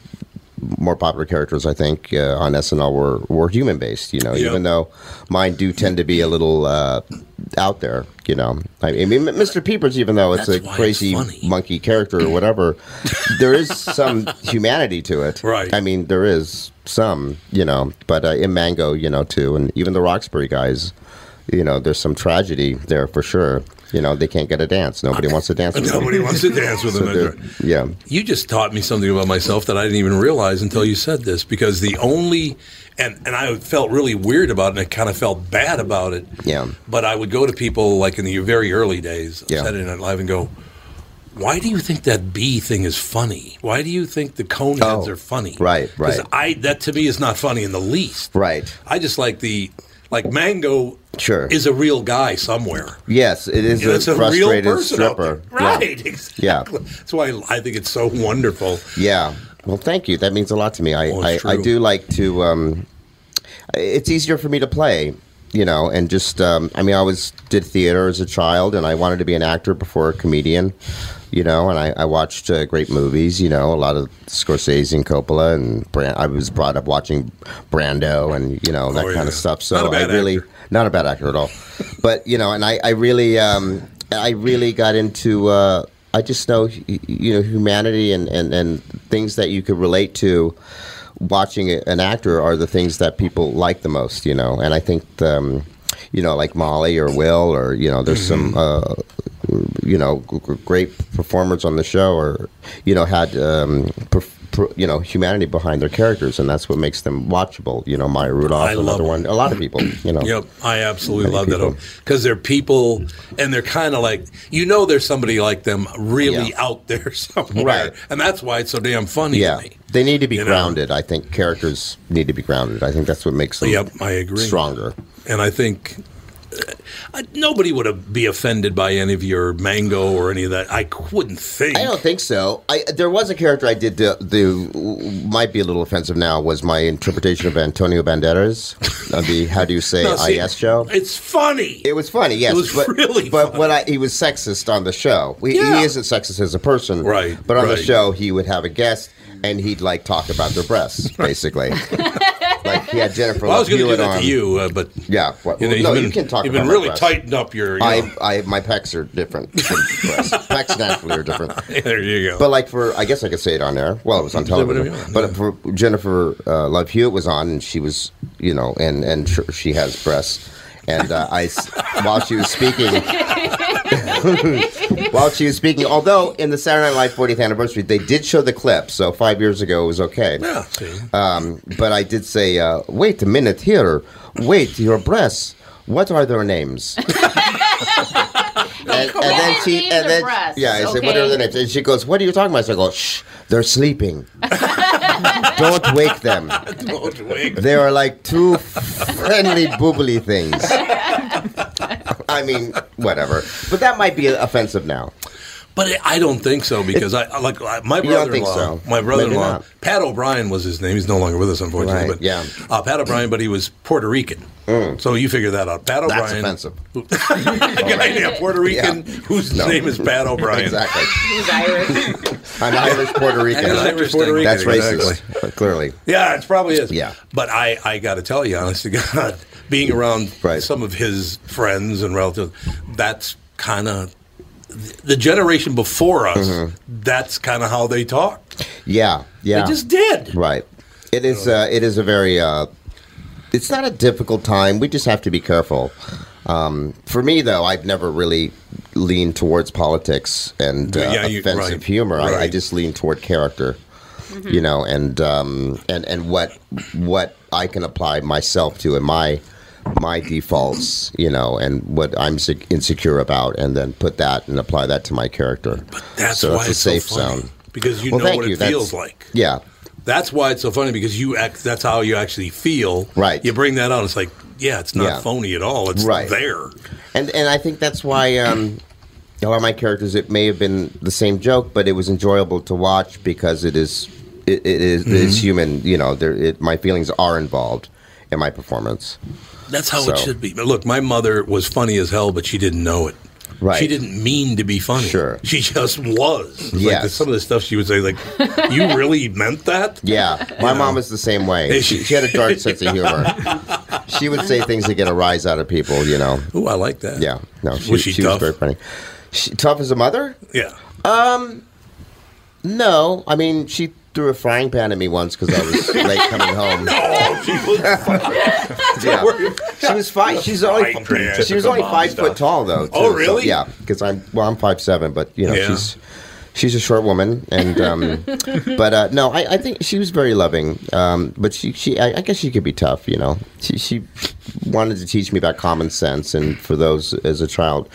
Speaker 12: more popular characters, I think, uh, on SNL were were human based. You know,
Speaker 2: Yeah.
Speaker 12: even though mine do tend to be a little uh, out there. You know, I mean, M- Mr. Peepers, even though it's
Speaker 2: That's
Speaker 12: a
Speaker 2: why it's
Speaker 12: crazy
Speaker 2: funny.
Speaker 12: monkey character or whatever, there is some humanity to it. Right. I mean, there is some. You know, but uh, in Mango, you know, too, and even the Roxbury guys, you know, there's some tragedy there for sure. You know, they can't get a dance. Nobody wants to dance. With
Speaker 2: Nobody
Speaker 12: them.
Speaker 2: wants to dance with
Speaker 12: So
Speaker 2: him.
Speaker 12: they're- Yeah.
Speaker 2: You just taught me something about myself that I didn't even realize until you said this because the only and and I felt really weird about it and I kind of felt bad about it.
Speaker 12: Yeah.
Speaker 2: But I would go to people like in the very early days of
Speaker 12: Yeah.
Speaker 2: Saturday Night Live and go, "Why do you think that bee thing is funny? Why do you think the cone heads
Speaker 12: Oh,
Speaker 2: are funny?"
Speaker 12: Right. Right.
Speaker 2: I that to me is not funny in the least.
Speaker 12: Right.
Speaker 2: I just like the like Mango
Speaker 12: Sure.
Speaker 2: is a real guy somewhere.
Speaker 12: Yes, it is
Speaker 2: You know,
Speaker 12: a
Speaker 2: it's a real
Speaker 12: frustrated
Speaker 2: person out
Speaker 12: stripper.
Speaker 2: there. Right, exactly.
Speaker 12: Yeah.
Speaker 2: That's why I think it's so wonderful.
Speaker 12: Yeah. Well, thank you. That means a lot to me. I,
Speaker 2: Well,
Speaker 12: I,
Speaker 2: Oh, it's
Speaker 12: I
Speaker 2: true.
Speaker 12: do like to. Um, it's easier for me to play, you know, and just. Um, I mean, I always did theater as a child, and I wanted to be an actor before a comedian, you know. And I, I watched uh, great movies, you know, a lot of Scorsese and Coppola, and Brand, I was brought up watching Brando and you know that
Speaker 2: Oh,
Speaker 12: kind
Speaker 2: yeah.
Speaker 12: of stuff. So
Speaker 2: Not a bad
Speaker 12: I really not a bad actor at all, but you know, and I, I really, um, I really got into. Uh, I just know, y- you know, humanity and, and, and things that you could relate to. Watching a- an actor are the things that people like the most, you know, and I think, um, you know, like Molly or Will or you know, there's
Speaker 2: Mm-hmm.
Speaker 12: some, uh, you know, g- g- great performers on the show or you know had. Um, perf- per- you know humanity behind their characters, and that's what makes them watchable. You know, Maya Rudolph,
Speaker 2: I love
Speaker 12: another
Speaker 2: her.
Speaker 12: one. A lot of people, you know.
Speaker 2: Yep, I absolutely
Speaker 12: Many
Speaker 2: love that because they're people, and they're kind of like you know there's somebody like them really out there somewhere,
Speaker 12: Right.
Speaker 2: And that's why it's so damn funny.
Speaker 12: Yeah,
Speaker 2: to me.
Speaker 12: they need to be
Speaker 2: You know?
Speaker 12: grounded. I think characters need to be grounded. I think that's what makes them.
Speaker 2: Yep, I agree.
Speaker 12: Stronger.
Speaker 2: and I think uh, I, nobody would have- be offended by any of your mango or any of that. I wouldn't think.
Speaker 12: I don't think so. I there was a character I did do, do might be a little offensive now was my interpretation of Antonio Banderas on the How Do You Say
Speaker 2: No, see,
Speaker 12: IS show.
Speaker 2: It's funny.
Speaker 12: It was funny, yes.
Speaker 2: It was
Speaker 12: but,
Speaker 2: really
Speaker 12: But what I, he was sexist on the show. He,
Speaker 2: Yeah.
Speaker 12: he isn't sexist as a person,
Speaker 2: Right,
Speaker 12: But on the
Speaker 2: right.
Speaker 12: show, he would have a guest and he'd like talk about their breasts, basically. like he had Jennifer.
Speaker 2: Well, I was
Speaker 12: going
Speaker 2: gonna do that
Speaker 12: on.
Speaker 2: to you, uh, but
Speaker 12: yeah, what,
Speaker 2: you know,
Speaker 12: no,
Speaker 2: you've
Speaker 12: you
Speaker 2: been-
Speaker 12: can talk.
Speaker 2: you've
Speaker 12: about
Speaker 2: been
Speaker 12: my
Speaker 2: really
Speaker 12: breasts.
Speaker 2: tightened up your, you know.
Speaker 12: I, I, my pecs are different. from breasts. pecs naturally are different.
Speaker 2: there you go.
Speaker 12: But like for, I guess I could say it on air. Well, it was on
Speaker 2: Yeah, whatever
Speaker 12: television.
Speaker 2: you want,
Speaker 12: But for Jennifer uh, Love Hewitt was on, and she was, you know, and and sure she has breasts, And uh, I, s- while she was speaking, while she was speaking, although in the Saturday Night Live 40th anniversary, they did show the clip, so five years ago it was okay. Um, but I did say, uh, wait a minute here, wait, your breasts, what are their names?
Speaker 8: and,
Speaker 12: then she- and then- Yeah, I said, what are their names? And she goes, what are you talking about? So I go, shh, they're sleeping. Don't wake them.
Speaker 2: Don't wake.
Speaker 12: They are like two friendly boobly things. I mean, whatever. But that might be offensive now.
Speaker 2: But I- I don't think so because I I- like I- my
Speaker 12: You don't think
Speaker 2: brother-in-law.
Speaker 12: so.
Speaker 2: My brother-in-law,
Speaker 12: Maybe
Speaker 2: Pat O'Brien was his name. He's no longer with us, unfortunately.
Speaker 12: Right, Mm.
Speaker 2: but yeah, uh, Pat O'Brien, but he was Puerto Rican. So you figure that out. Pat
Speaker 12: That's
Speaker 2: O'Brien.
Speaker 12: offensive.
Speaker 2: Right. yeah, Puerto Rican whose
Speaker 12: No.
Speaker 2: name is Pat O'Brien.
Speaker 12: Exactly.
Speaker 3: He's Irish.
Speaker 12: An Irish Puerto Rican.
Speaker 2: An Irish Puerto Rican,
Speaker 12: That's racist,
Speaker 2: exactly.
Speaker 12: but clearly.
Speaker 2: Yeah, it probably is.
Speaker 12: Yeah.
Speaker 2: But I, I got to tell you, honest to God, being around some of his friends and relatives, that's kind of the generation before us.
Speaker 12: Mm-hmm.
Speaker 2: That's kind of how they talk.
Speaker 12: Yeah, yeah.
Speaker 2: They just did.
Speaker 12: Right. It is. Uh, it is a very. Uh, it's not a difficult time. We just have to be careful. Um, for me, though, I've never really leaned towards politics and uh,
Speaker 2: Yeah, you-
Speaker 12: offensive
Speaker 2: right,
Speaker 12: humor. I, I
Speaker 2: right.
Speaker 12: just lean toward character,
Speaker 2: Mm-hmm.
Speaker 12: you know, and um, and and what what I can apply myself to in my my defaults, you know, and what I'm sec- insecure about, and then put that and apply that to my character. But
Speaker 2: That's
Speaker 12: so
Speaker 2: why
Speaker 12: it's a safe zone.
Speaker 2: because you
Speaker 12: Well,
Speaker 2: know
Speaker 12: thank
Speaker 2: what
Speaker 12: you.
Speaker 2: it
Speaker 12: That's-
Speaker 2: feels like.
Speaker 12: Yeah,
Speaker 2: That's why it's so funny because you act. That's how you actually feel.
Speaker 12: Right.
Speaker 2: You bring that out. It's like, yeah, it's not
Speaker 12: Yeah.
Speaker 2: phony at all. It's
Speaker 12: Right.
Speaker 2: there.
Speaker 12: and and I think that's why um, a lot of my characters it may have been the same joke, but it was enjoyable to watch because it is it, it is it is
Speaker 2: Mhm.
Speaker 12: human. You know, there it, my feelings are involved in my performance.
Speaker 2: That's how
Speaker 12: So-
Speaker 2: it should be. But look, my mother was funny as hell, but she didn't know it.
Speaker 12: Right.
Speaker 2: She didn't mean to be funny. Sure. She just was. It's like
Speaker 12: Yes.
Speaker 2: the- some of the stuff she would say, like, "You really meant that?"
Speaker 12: Yeah, my
Speaker 2: You
Speaker 12: mom
Speaker 2: know?
Speaker 12: is the same way.
Speaker 2: Is
Speaker 12: She,
Speaker 2: she?
Speaker 12: she had a dark sense of humor. She would say things that get a rise out of people. You know.
Speaker 2: Oh, I like that.
Speaker 12: Yeah. No, she
Speaker 2: Was she
Speaker 12: was
Speaker 2: tough?
Speaker 12: very funny. She, tough as a mother.
Speaker 2: Yeah.
Speaker 12: Um, no. I mean, she threw a frying pan at me once because I was late coming home. yeah. She was five. She's only
Speaker 7: Frying pan.
Speaker 12: she was only
Speaker 7: Typical mom
Speaker 12: five
Speaker 7: stuff.
Speaker 12: foot tall though.
Speaker 7: Oh,
Speaker 12: too.
Speaker 7: really?
Speaker 12: yeah, because I'm well, I'm five seven, but you know
Speaker 7: Yeah.
Speaker 12: she's she's a short woman, and um, but uh, no, I, I think she was very loving. Um, but she she I, I guess she could be tough. You know, she she wanted to teach me about common sense, and for those as a child.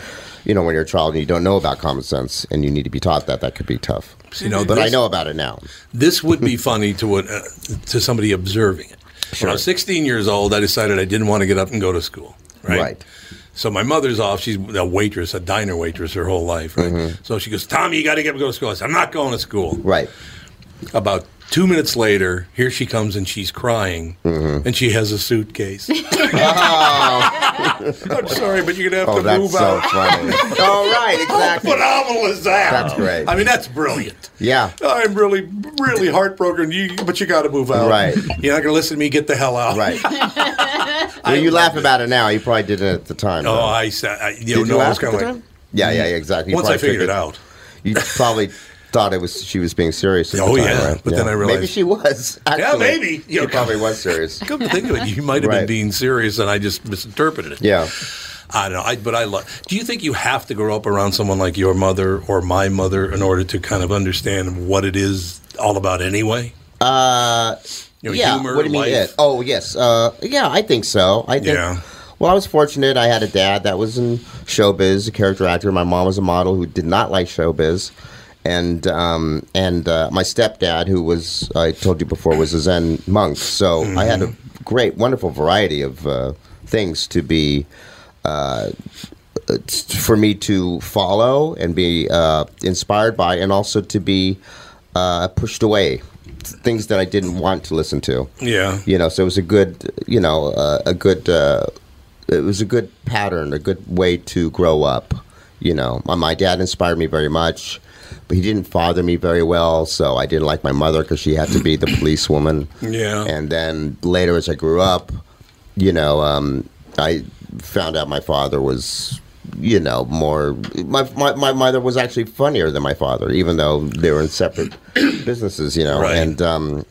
Speaker 12: You know, when you're a child and you don't know about common sense, and you need to be taught that, that could be tough.
Speaker 2: You know,
Speaker 12: but I
Speaker 2: Mm-hmm. this-
Speaker 12: know about it now.
Speaker 2: This would be funny to an- uh, to somebody observing it. When I was 16 years old, I decided I didn't want to get up and go to school. Right. So my mother's off. She's a waitress, a diner waitress, her whole life. Right. So she goes, Tommy, you got to get up and go to school. I said, I'm not going to school.
Speaker 12: Right.
Speaker 2: About two minutes later, here she comes and she's crying,
Speaker 12: Mm-hmm.
Speaker 2: and she has a suitcase. I'm sorry, but you're gonna have
Speaker 12: Oh,
Speaker 2: to
Speaker 12: that's
Speaker 2: move
Speaker 12: so
Speaker 2: out.
Speaker 12: funny. All right, exactly.
Speaker 2: How phenomenal is that?
Speaker 12: That's great.
Speaker 2: I mean, that's brilliant.
Speaker 12: Yeah.
Speaker 2: I'm really, really heartbroken. You, but you got to move out.
Speaker 12: Right.
Speaker 2: You're not gonna listen to me. Get the hell out.
Speaker 12: Right. Well, you laugh about it now. You probably didn't at the time.
Speaker 2: Oh,
Speaker 12: though.
Speaker 2: I said, I, you
Speaker 12: Did you
Speaker 2: know, I
Speaker 12: laugh
Speaker 2: was
Speaker 12: at
Speaker 2: kind
Speaker 12: the
Speaker 2: of like,
Speaker 12: time? Yeah, yeah, exactly. You
Speaker 2: Once I
Speaker 12: probably took
Speaker 2: figured it out.
Speaker 12: you probably thought it was she was being serious. At
Speaker 2: Oh,
Speaker 12: the time,
Speaker 2: yeah,
Speaker 12: right?
Speaker 2: but then I
Speaker 12: maybe
Speaker 2: realized-
Speaker 12: she was. Actually.
Speaker 2: Yeah, maybe.
Speaker 12: she probably was serious.
Speaker 2: Come to think of it, you might have
Speaker 12: Right.
Speaker 2: been being serious, and I just misinterpreted it.
Speaker 12: Yeah.
Speaker 2: I don't know. I, but I love. Do you think you have to grow up around someone like your mother or my mother in order to kind of understand what it is all about anyway?
Speaker 12: Uh,
Speaker 2: Your
Speaker 12: yeah.
Speaker 2: humor,
Speaker 12: what do you mean?
Speaker 2: life.
Speaker 12: It? Oh, yes. Uh, yeah, I think so. I think.
Speaker 2: Yeah.
Speaker 12: Well, I was fortunate. I had a dad that was in showbiz, a character actor. My mom was a model who did not like showbiz, and um, and uh, my stepdad, who was I told you before, was a Zen monk. So I had a
Speaker 2: Mm-hmm.
Speaker 12: great, wonderful variety of uh, things to be. Uh, t- for me to follow and be uh, inspired by, and also to be uh, pushed away, things that I didn't want to listen to.
Speaker 2: Yeah.
Speaker 12: You know, so it was a good, you know, uh, a good, uh, it was a good pattern, a good way to grow up. You know, my, my dad inspired me very much, but he didn't father me very well, so I didn't like my mother because she had to be the policewoman.
Speaker 2: Yeah.
Speaker 12: And then later, as I grew up, you know, um, I found out my father was, you know, more. My, my my mother was actually funnier than my father, even though they were in separate businesses. You know,
Speaker 2: Right.
Speaker 12: and um,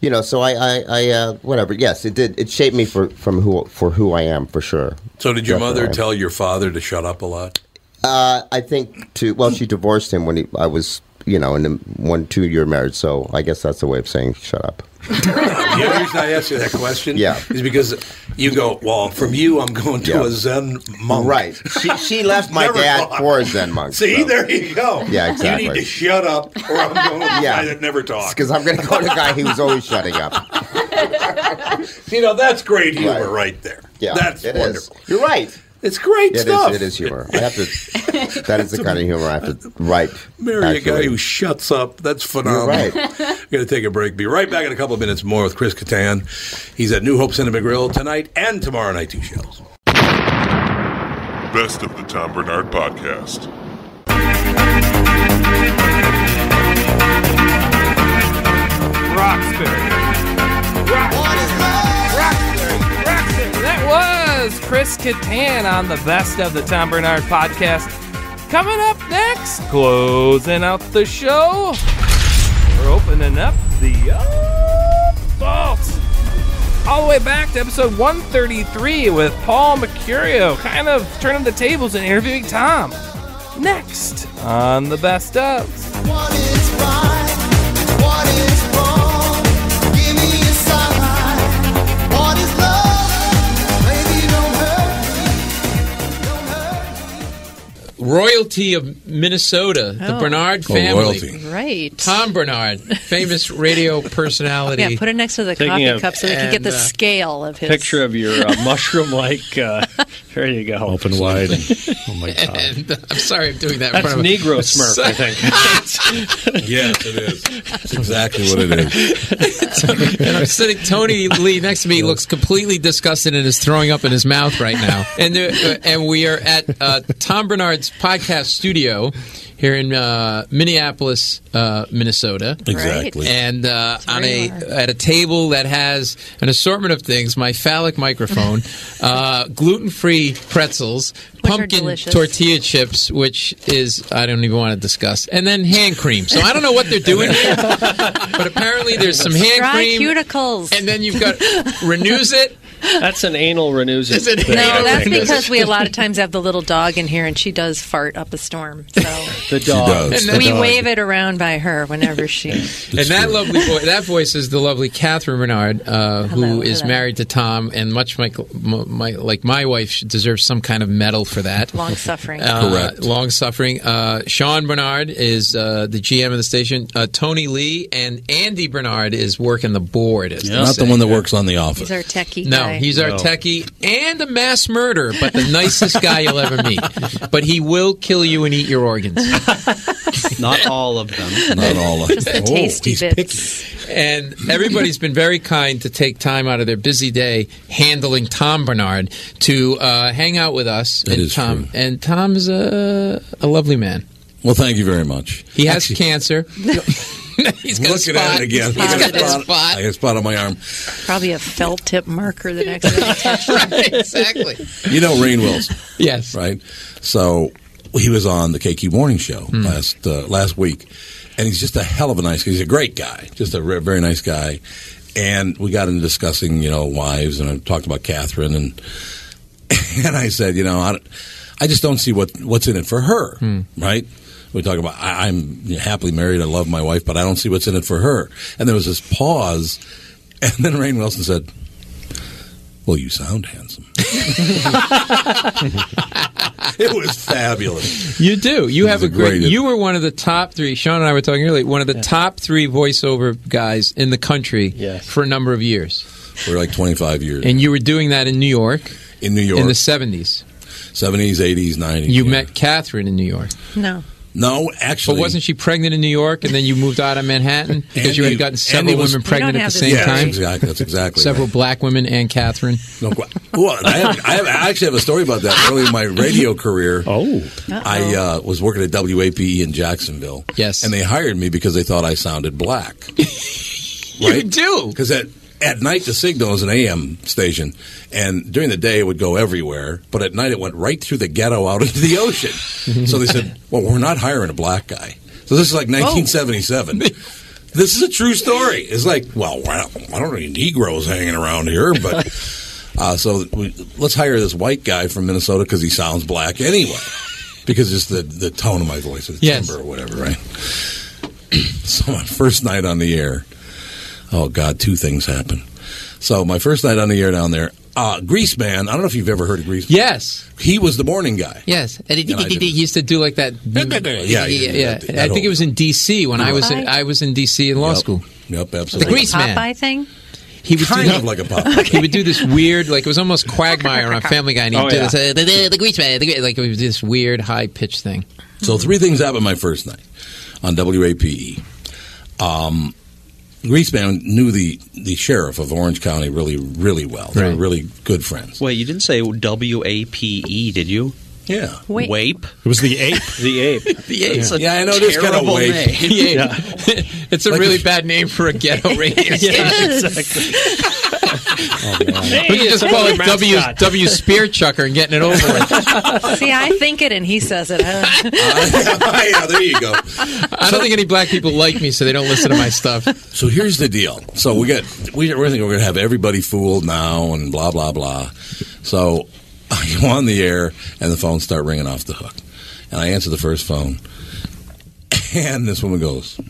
Speaker 12: you know, so I, I, I uh, whatever. Yes, it did. It shaped me for from who for who I am for sure.
Speaker 7: So did your mother
Speaker 12: Definitely.
Speaker 7: tell your father to shut up a lot?
Speaker 12: Uh, I think to well, she divorced him when he, I was, you know, in a one two year marriage. So I guess that's a way of saying shut up.
Speaker 7: the only reason I asked you that question
Speaker 12: Yeah.
Speaker 7: is because you go, well, from you, I'm going to
Speaker 12: Yeah.
Speaker 7: a Zen monk.
Speaker 12: Right. She, she left my
Speaker 7: Never
Speaker 12: dad
Speaker 7: thought.
Speaker 12: for a Zen monk.
Speaker 7: See, there you go.
Speaker 12: Yeah,
Speaker 7: You need
Speaker 12: exactly.
Speaker 7: to shut up, or I'm going to the
Speaker 12: Yeah.
Speaker 7: guy that never talks.
Speaker 12: Because I'm going to go to the guy who was always shutting up.
Speaker 7: you know, that's great humor right, there.
Speaker 12: Yeah,
Speaker 7: that's
Speaker 12: it is.
Speaker 7: wonderful.
Speaker 12: You're right.
Speaker 7: It's great
Speaker 12: It is.
Speaker 7: stuff.
Speaker 12: It is humor. I have to. That is the kind of humor I have to write.
Speaker 7: Marry a guy
Speaker 12: actually.
Speaker 7: who shuts up. That's phenomenal.
Speaker 12: You're
Speaker 7: We're going to take a break. Be right back in a couple of minutes more with Chris Kattan. He's at New Hope Cinema Grill tonight and tomorrow night, two shows.
Speaker 11: Best of the Tom Bernard Podcast.
Speaker 1: That was Chris Kattan on the Best of the Tom Bernard podcast. Coming up next, closing out the show, we're opening up the uh, vault. All the way back to episode 133 with Paul Mercurio, kind of turning the tables and interviewing Tom. Next on the Best of.
Speaker 13: royalty of Minnesota, the
Speaker 5: Oh.
Speaker 13: Bernard
Speaker 7: Oh,
Speaker 13: family.
Speaker 7: royalty.
Speaker 5: Right.
Speaker 13: Tom Bernard, famous radio personality.
Speaker 5: Yeah, put it next to the
Speaker 13: Taking
Speaker 5: coffee
Speaker 13: a-
Speaker 5: cup so they can get
Speaker 13: and,
Speaker 5: the
Speaker 13: uh,
Speaker 5: scale of his
Speaker 13: picture
Speaker 14: of your uh, mushroom-like. Uh, there you go. Open wide. oh my god.
Speaker 13: And, uh, I'm sorry I'm doing that.
Speaker 14: That's
Speaker 13: in front of
Speaker 14: Negro Smurf, I
Speaker 13: think.
Speaker 7: yes, it is. That's exactly what it is.
Speaker 13: and I'm sitting. Tony Lee next to me looks completely disgusted and is throwing up in his mouth right now. And there, uh, and we are at uh, Tom Bernard's podcast studio here in uh, Minneapolis, uh, Minnesota.
Speaker 7: Exactly.
Speaker 13: And uh, on a at a table that has an assortment of things: my phallic microphone, uh, gluten-free pretzels, pumpkin
Speaker 5: delicious.
Speaker 13: tortilla chips, which is I don't even want to discuss, and then hand cream. So I don't know what they're doing here, but apparently there's some hand
Speaker 5: Dry
Speaker 13: cream.
Speaker 5: cuticles.
Speaker 13: And then you've got renews it.
Speaker 14: That's an anal renews it.
Speaker 13: It's an
Speaker 14: thing,
Speaker 13: anal-
Speaker 14: I
Speaker 5: No, that's
Speaker 14: think.
Speaker 5: because we a lot of times have the little dog in here, and she does fart up a storm. So
Speaker 14: the dog.
Speaker 13: does.
Speaker 14: The
Speaker 5: we
Speaker 13: dog.
Speaker 5: wave it around by her whenever she.
Speaker 13: and that lovely vo- that voice is the lovely Catherine Bernard, uh, who is
Speaker 5: hello.
Speaker 13: married to Tom, and much my, my like my wife she deserves some kind of medal for that.
Speaker 5: Long suffering.
Speaker 13: Uh, long suffering. Uh, Sean Bernard is uh, the GM of the station. Uh, Tony Lee and Andy Bernard is working the board. As they
Speaker 2: Not
Speaker 13: say.
Speaker 2: the one that works on the office.
Speaker 5: He's our techie.
Speaker 13: No,
Speaker 5: guy.
Speaker 13: he's our techie and a mass murderer, but the nicest guy you'll ever meet. But he will kill you and eat your organs.
Speaker 14: Not all of them.
Speaker 13: Not all Oh,
Speaker 5: Just the tasty bits.
Speaker 13: and everybody's been very kind to take time out of their busy day handling Tom Bernard to uh, hang out with us and Tom. And Tom's a, a lovely man.
Speaker 2: Well, thank you very much.
Speaker 13: He has cancer. He's got a
Speaker 7: Looking at
Speaker 13: spot.
Speaker 7: it again.
Speaker 13: He's got a
Speaker 7: spot.
Speaker 13: spot.
Speaker 7: I got a spot on my arm.
Speaker 5: Probably a felt tip marker the next time.
Speaker 13: exactly.
Speaker 2: You know Rain Wilson,
Speaker 13: yes,
Speaker 2: right? So he was on the KQ Morning Show last uh, last week, and he's just a hell of a nice. He's a great guy, just a re- very nice guy. And we got into discussing, you know, wives, and I talked about Catherine, and and I said, you know, I, don't- I just don't see what what's in it for her, right? We talk about I, I'm happily married, I love my wife, but I don't see what's in it for her. And there was this pause, and then Rain Wilson said, "Well, you sound handsome." it was fabulous.
Speaker 13: You do. You have
Speaker 2: a
Speaker 13: a great.
Speaker 2: great-
Speaker 13: You were one of the top three. Sean and I were talking earlier. One of the top three voiceover guys in the country for a number of years.
Speaker 2: For like 25 years.
Speaker 13: And you were doing that in New York.
Speaker 2: In New York.
Speaker 13: In the seventies.
Speaker 2: Seventies, eighties, nineties.
Speaker 13: You met Catherine in New York.
Speaker 5: No.
Speaker 2: No, actually,
Speaker 13: but wasn't she pregnant in New York? And then you moved out of Manhattan because you
Speaker 2: Andy-
Speaker 13: had gotten
Speaker 2: Andy
Speaker 13: several
Speaker 2: was-
Speaker 13: women
Speaker 2: We
Speaker 13: pregnant
Speaker 2: don't
Speaker 13: at
Speaker 2: have
Speaker 13: the
Speaker 2: this
Speaker 13: same
Speaker 2: Yes,
Speaker 13: time.
Speaker 2: exactly. That's exactly
Speaker 13: several black women and Catherine.
Speaker 2: No, qu- well, I have, I, have, I actually have a story about that early in my radio career. Oh, I uh, was working at WAPE E in Jacksonville.
Speaker 13: Yes,
Speaker 2: and they hired me because they thought I sounded black. right?
Speaker 13: You do
Speaker 2: because at at night the signal is an AM station, and during the day it would go everywhere, but at night it went right through the ghetto out into the ocean. so they said, "Well, we're not hiring a black guy." So this is like 1977. This is a true story. It's like, well, why don't, why don't any Negroes hanging around here? But uh, so we, let's hire this white guy from Minnesota because he sounds black anyway. Because it's the, the tone of my voice, or the
Speaker 13: Yes.
Speaker 2: timbre or whatever, right? so my first night on the air, oh God, two things happened. So my first night on the air down there, uh, Grease Man. I don't know if you've ever heard of Grease. Man.
Speaker 13: Yes,
Speaker 2: he was the morning guy.
Speaker 13: Yes, and he,
Speaker 2: And I
Speaker 13: he-
Speaker 2: did-
Speaker 13: he used to do like that.
Speaker 2: yeah, he did
Speaker 13: yeah.
Speaker 2: that- that
Speaker 13: I think it was in D.C. when I was in,
Speaker 15: Popeye?
Speaker 13: I was in D.C. in law school.
Speaker 2: Yep,
Speaker 13: The Grease
Speaker 15: Popeye
Speaker 13: Man.
Speaker 15: thing.
Speaker 13: He would
Speaker 2: Kind
Speaker 13: do
Speaker 2: of like a pop.
Speaker 13: He would do this weird, like it was almost Quagmire on Family Guy, and he'd
Speaker 2: Oh,
Speaker 13: do
Speaker 2: yeah.
Speaker 13: this, uh, the, the, the Grease Man, the, Grease- like it was this weird high pitched thing.
Speaker 2: So
Speaker 13: Mm-hmm.
Speaker 2: three things happened my first night on WAPe. E. Um, Greaseman knew the, the sheriff of Orange County really, really well. They were
Speaker 16: Right.
Speaker 2: really good friends.
Speaker 16: Wait, you didn't say W A P E, did you?
Speaker 2: Yeah.
Speaker 16: Wape.
Speaker 13: It was the ape.
Speaker 16: The ape. the
Speaker 13: ape.
Speaker 16: It's a
Speaker 13: Yeah, I know this kind of
Speaker 16: terrible
Speaker 13: wape.
Speaker 16: name.
Speaker 13: The ape. It's a
Speaker 16: Like
Speaker 13: really bad name for a ghetto radio station.
Speaker 7: exactly.
Speaker 2: Oh,
Speaker 13: We could just call it
Speaker 15: Hey, it's
Speaker 13: W
Speaker 15: mascot.
Speaker 13: W Spear Chucker and getting it over with.
Speaker 15: See, I think it and he says it.
Speaker 2: yeah, there you go.
Speaker 13: I don't think any black people like me, so they don't listen to my stuff.
Speaker 2: So here's the deal. So we got we we're thinking we're gonna have everybody fooled now and blah blah blah. So I go on the air and the phones start ringing off the hook, and I answer the first phone, and this woman goes,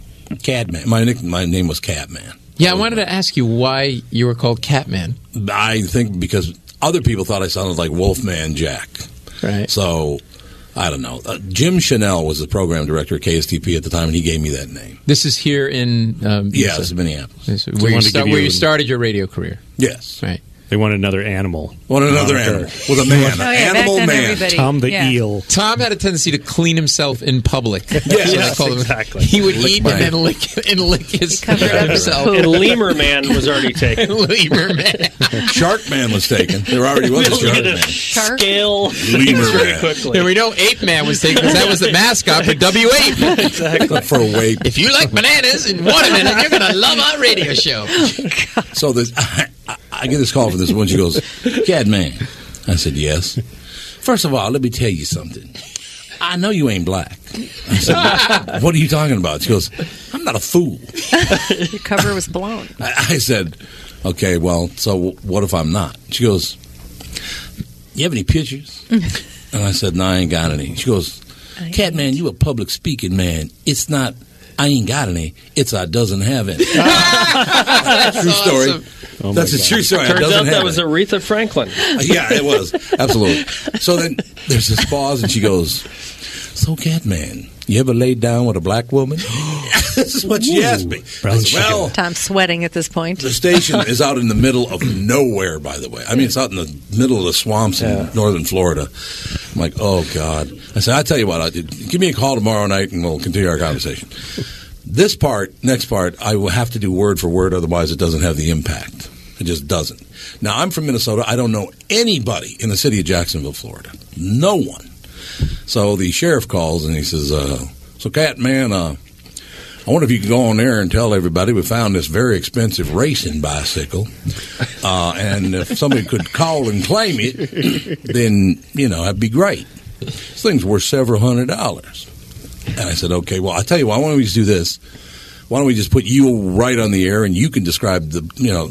Speaker 2: "Cadman." My nick my name was Catman.
Speaker 13: Yeah, I wanted to ask you why you were called Catman.
Speaker 2: I think because other people thought I sounded like Wolfman Jack.
Speaker 13: Right.
Speaker 2: So I don't know. Uh, Jim Chanel was the program director at KSTP at the time, and he gave me that name.
Speaker 13: This is here in um,
Speaker 2: Yeah,
Speaker 13: Minnesota.
Speaker 2: it's Minneapolis.
Speaker 13: This-
Speaker 2: So
Speaker 13: where,
Speaker 2: I
Speaker 13: you,
Speaker 2: wanted to
Speaker 13: start,
Speaker 2: give
Speaker 13: where
Speaker 2: you
Speaker 13: you
Speaker 2: an-
Speaker 13: started your radio career.
Speaker 2: Yes.
Speaker 13: Right.
Speaker 17: They want another animal.
Speaker 2: Want another
Speaker 17: Moniker.
Speaker 2: animal with a man,
Speaker 13: Oh,
Speaker 2: an
Speaker 13: yeah, back
Speaker 2: animal
Speaker 13: then
Speaker 2: man.
Speaker 13: everybody- Tom the yeah.
Speaker 17: eel.
Speaker 13: Tom had a tendency to clean himself in public. That's what they
Speaker 17: Yes,
Speaker 13: called him.
Speaker 17: exactly.
Speaker 13: He would
Speaker 17: Lick
Speaker 13: eat
Speaker 17: my-
Speaker 13: and then lick and lick his himself.
Speaker 17: and Lemur Man was already taken.
Speaker 13: Lemur Man.
Speaker 2: Shark Man was taken. There already was a
Speaker 17: We'll
Speaker 2: Shark
Speaker 17: get a
Speaker 2: Man.
Speaker 17: Scale.
Speaker 2: Lemur
Speaker 17: very
Speaker 2: Man.
Speaker 17: quickly.
Speaker 13: And we know Ape Man was taken because that was the mascot for W8.
Speaker 2: Exactly. For weight.
Speaker 13: If you like bananas and watermelon, you're going to love our radio show.
Speaker 2: So this, I, I, I get this call from this woman. She goes, Cadman. I said, yes. First of all, let me tell you something. I know you ain't black. I said, what are you talking about? She goes, I'm not a fool.
Speaker 15: Your cover was blown.
Speaker 2: I, I said, okay, well, so what if I'm not? She goes, you have any pictures? and I said, no, I ain't got any. She goes, Catman, you a public speaking man. It's not, I ain't got any. It's I doesn't have any. true story. That's a true story. I
Speaker 17: Turns
Speaker 2: doesn't
Speaker 17: out that
Speaker 2: have
Speaker 17: was Aretha Franklin.
Speaker 2: yeah, it was absolutely. So then there's this pause, and she goes, "So, Catman, you ever laid down with a black woman?" this is what she asked me. I said, well,
Speaker 15: Tom's sweating at this point.
Speaker 2: the station is out in the middle of nowhere. By the way, I mean it's out in the middle of the swamps in northern Florida. I'm like, oh god. I said, I tell you what, I, give me a call tomorrow night, and we'll continue our conversation. This part, next part, I will have to do word for word, otherwise it doesn't have the impact. It just doesn't. Now I'm from Minnesota. I don't know anybody in the city of Jacksonville, Florida. No one. So the sheriff calls and he says, uh, "So, Catman, uh, I wonder if you can go on there and tell everybody we found this very expensive racing bicycle, uh, and if somebody could call and claim it, then you know that'd be great. This thing's worth several hundred dollars." And I said, "Okay, well, I tell you what. Why don't we just do this? Why don't we just put you right on the air and you can describe the you know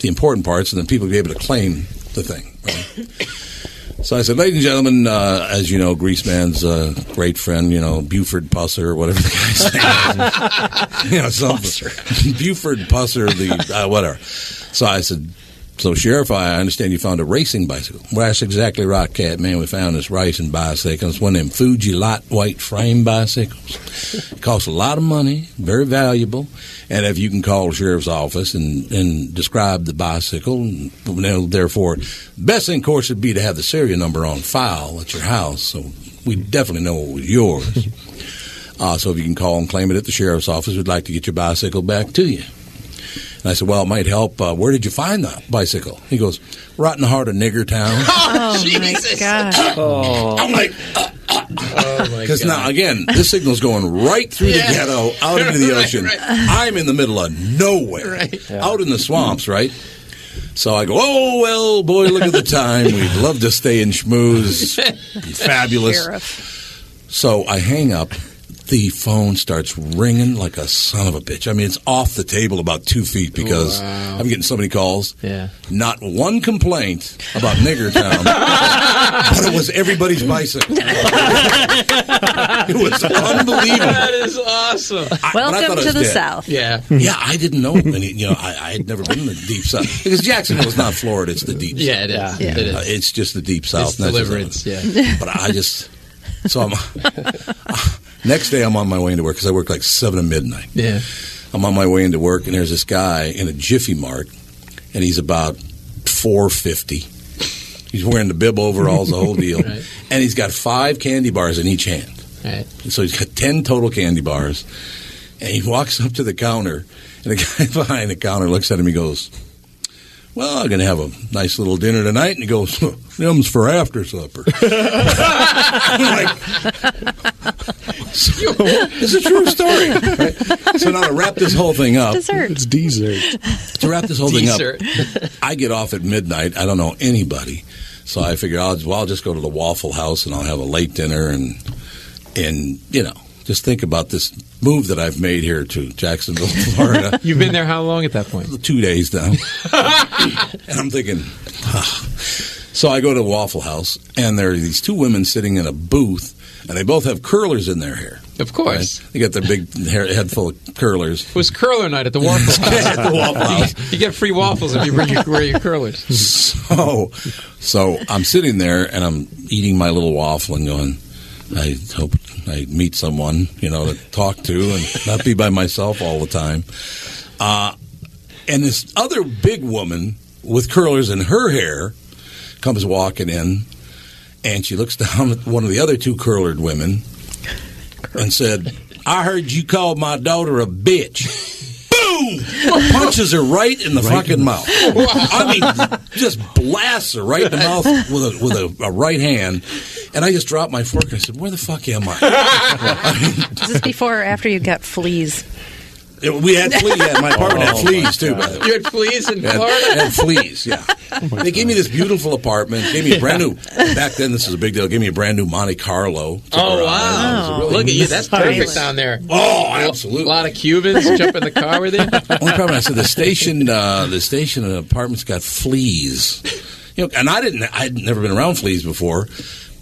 Speaker 2: the important parts, and then people will be able to claim the thing." So I said, ladies and gentlemen, uh, as you know, Greaseman's uh, great friend, you know, Buford Pusser or whatever the guy's name is. you know, some, Buford Pusser, the uh, whatever. So I said, so Sheriff, I understand you found a racing bicycle. Well, that's exactly right, Cat. Man, we found this racing bicycle. It's one of them Fuji lightweight frame bicycles. It costs a lot of money, very valuable. And if you can call the sheriff's office and, and describe the bicycle, and they'll- therefore, best thing, of course, would be to have the serial number on file at your house, so we definitely know it was yours. uh, so if you can call and claim it at the sheriff's office, we'd like to get your bicycle back to you. And I said, well, it might help. Uh, where did you find that bicycle? He goes, right in the heart of Nigger Town.
Speaker 7: Oh, Jesus. my God. Oh.
Speaker 2: I'm like, Because now, again, this signal's going right through
Speaker 7: Yeah.
Speaker 2: the ghetto, out into the
Speaker 7: Right,
Speaker 2: ocean.
Speaker 7: right.
Speaker 2: I'm in the middle of nowhere, out in the swamps, right? So I go, oh, well, boy, look at the time. We'd love to stay and schmooze. Fabulous. So I hang up. the phone starts ringing like a son of a bitch. I mean, it's off the table about two feet because
Speaker 13: Wow.
Speaker 2: I'm getting so many calls.
Speaker 13: Yeah.
Speaker 2: Not one complaint about Nigger Town, but it was everybody's bicycle. it was unbelievable.
Speaker 13: That is awesome.
Speaker 2: I- but I thought it was dead.
Speaker 13: Yeah.
Speaker 2: yeah. I didn't know. Any, you know, I, I had never been in the deep south because Jacksonville's not Florida; it's the deep.
Speaker 13: Yeah,
Speaker 2: south.
Speaker 13: it is. Yeah. It is.
Speaker 2: Uh, it's just the deep south.
Speaker 13: It's
Speaker 2: and that's
Speaker 13: deliverance,
Speaker 2: just- But I just so I'm. next day, I'm on my way into work because I work like seven to midnight.
Speaker 13: Yeah.
Speaker 2: I'm on my way into work, and there's this guy in a Jiffy Mart, and he's about four fifty. He's wearing the bib overalls, the whole deal,
Speaker 13: Right.
Speaker 2: and he's got five candy bars in each hand.
Speaker 13: Right.
Speaker 2: And so he's got 10 total candy bars. And he walks up to the counter, and the guy behind the counter looks at him. He goes, Well, I'm going to have a nice little dinner tonight. And he goes, "Huh, Them's for after supper. it's a true story. right? So now to wrap this whole thing up,
Speaker 5: Dessert. It's
Speaker 2: dessert. To wrap this whole
Speaker 13: Dessert.
Speaker 2: thing up, I get off at midnight. I don't know anybody, so I figure I'll well, I'll just go to the Waffle House and I'll have a late dinner and and you know just think about this move that I've made here to Jacksonville, Florida.
Speaker 13: You've been there how long at that point?
Speaker 2: Two days now. and I'm thinking, "Ah." so I go to Waffle House, and there are these two women sitting in a booth, and they both have curlers in their hair.
Speaker 13: Of course.
Speaker 2: Right? They got their big hair, head full of curlers.
Speaker 13: It was curler night at the Waffle House.
Speaker 2: At the Waffle House.
Speaker 13: You get free waffles if you bring your, wear your curlers.
Speaker 2: So, so I'm sitting there and I'm eating my little waffle and going, I hope I meet someone, you know, to talk to and not be by myself all the time. Uh, and this other big woman with curlers in her hair comes walking in and she looks down at one of the other two curlered women and said, I heard you called my daughter a bitch. Boom! Punches her right in the fucking mouth. I mean, just blasts her right in the mouth with a with a, a right hand. And I just dropped my fork and I said, "Where the fuck am I?"
Speaker 5: Is this before or after you got fleas?
Speaker 2: we had fleas. Yeah, my apartment had
Speaker 13: Oh,
Speaker 2: fleas too. By the way.
Speaker 13: You had fleas in
Speaker 2: Had,
Speaker 13: Florida?
Speaker 2: had fleas. Yeah. they gave me this beautiful apartment. Gave me a brand new. Back then, this was a big deal. Gave me a brand new Monte Carlo.
Speaker 13: Oh, wow. Look at you. That's perfect down there.
Speaker 2: Oh, absolutely.
Speaker 13: A lot of Cubans jump in the car with you.
Speaker 2: Only problem I said the station, uh, the station and apartments got fleas. You know, and I didn't. I'd never been around fleas before.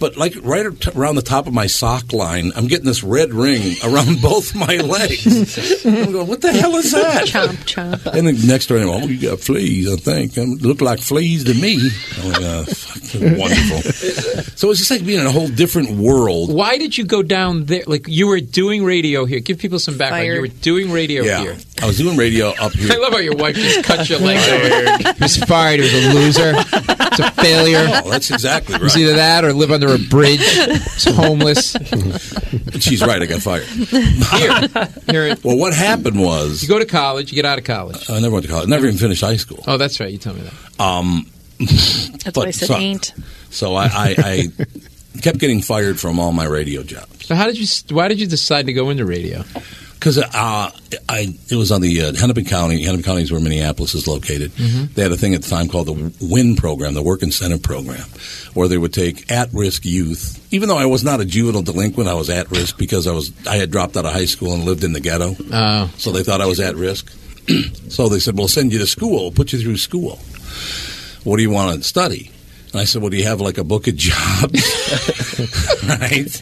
Speaker 2: But like right up t- around the top of my sock line, I'm getting this red ring around both my legs. I'm going, what the hell is that?
Speaker 5: Chomp, chomp.
Speaker 2: And the next door, they went, oh, you got fleas, I think. Um, look like fleas to me. I'm like, "Oh, fuck, wonderful. so it's just like being in a whole different world.
Speaker 13: Why did you go down there? Like, you were doing radio here. Give people some background. You were doing radio
Speaker 2: yeah,
Speaker 13: here.
Speaker 2: I was doing radio up here.
Speaker 13: I love how your wife just cut your legs over. He was fired. He was a loser. It's a failure.
Speaker 2: Oh, that's exactly
Speaker 13: It was
Speaker 2: right.
Speaker 13: either that or live under a bridge. It's homeless.
Speaker 2: She's right. I got fired.
Speaker 13: Here,
Speaker 2: Well, what happened was
Speaker 13: you go to college. You get out of college.
Speaker 2: I never went to college. Never even finished high school.
Speaker 13: Oh, that's right. You tell me that.
Speaker 2: Um,
Speaker 5: That's
Speaker 2: but
Speaker 5: why I said
Speaker 2: so,
Speaker 5: ain't.
Speaker 2: So I, I, I kept getting fired from all my radio jobs
Speaker 13: So how did you? Why did you decide to go into radio?
Speaker 2: because uh, I it was on the uh, Hennepin County. Hennepin County is where Minneapolis is located.
Speaker 13: Mhm.
Speaker 2: They had a thing at the time called the WIN program, the Work Incentive Program, where they would take at-risk youth. Even though I was not a juvenile delinquent, I was at risk because I was I had dropped out of high school and lived in the ghetto.
Speaker 13: Oh,
Speaker 2: So they thought I was at risk. so they said, "We'll send you to school. We'll put you through school. What do you want to study?" And I said, "Well, do you have like a book of jobs?" right?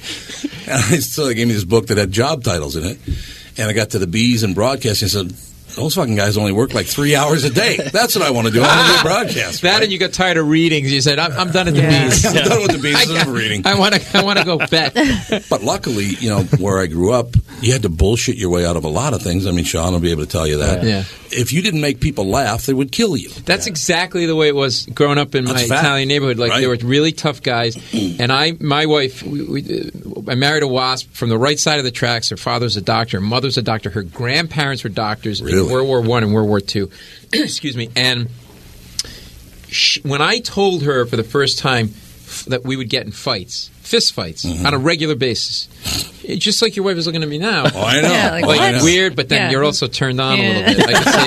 Speaker 2: And I, so they gave me this book that had job titles in it. And I got to the bees and broadcasting. I said, "Those fucking guys only work like three hours a day. That's what I want to do. I want to do a broadcast."
Speaker 13: that and you got tired of reading. You said, "I'm, I'm done at the bees.
Speaker 2: I'm done with the bees. I'm done with reading.
Speaker 13: I want to. I want to go bet."
Speaker 2: But luckily, you know, where I grew up, you had to bullshit your way out of a lot of things. I mean, Sean will be able to tell you that.
Speaker 13: Yeah.
Speaker 2: If you didn't make people laugh, they would kill you.
Speaker 13: That's exactly the way it was growing up in my
Speaker 2: That's fact.
Speaker 13: Italian neighborhood. Like
Speaker 2: Right.
Speaker 13: they were really tough guys, and I, my wife, we, we, uh, I married a wasp from the right side of the tracks. Her father's a doctor, her mother's a doctor, her grandparents were doctors in
Speaker 2: Really?
Speaker 13: World War One and World War Two. Excuse me. And she, when I told her
Speaker 2: Mm-hmm.
Speaker 13: for the first time f- that we would get in fights, fist fights on a regular basis, It's just like your wife is looking at me now.
Speaker 2: Oh, I know.
Speaker 7: Yeah, like, what?
Speaker 13: weird, but then
Speaker 7: Yeah.
Speaker 13: you're also turned on a
Speaker 7: Yeah.
Speaker 13: little bit. Like I say,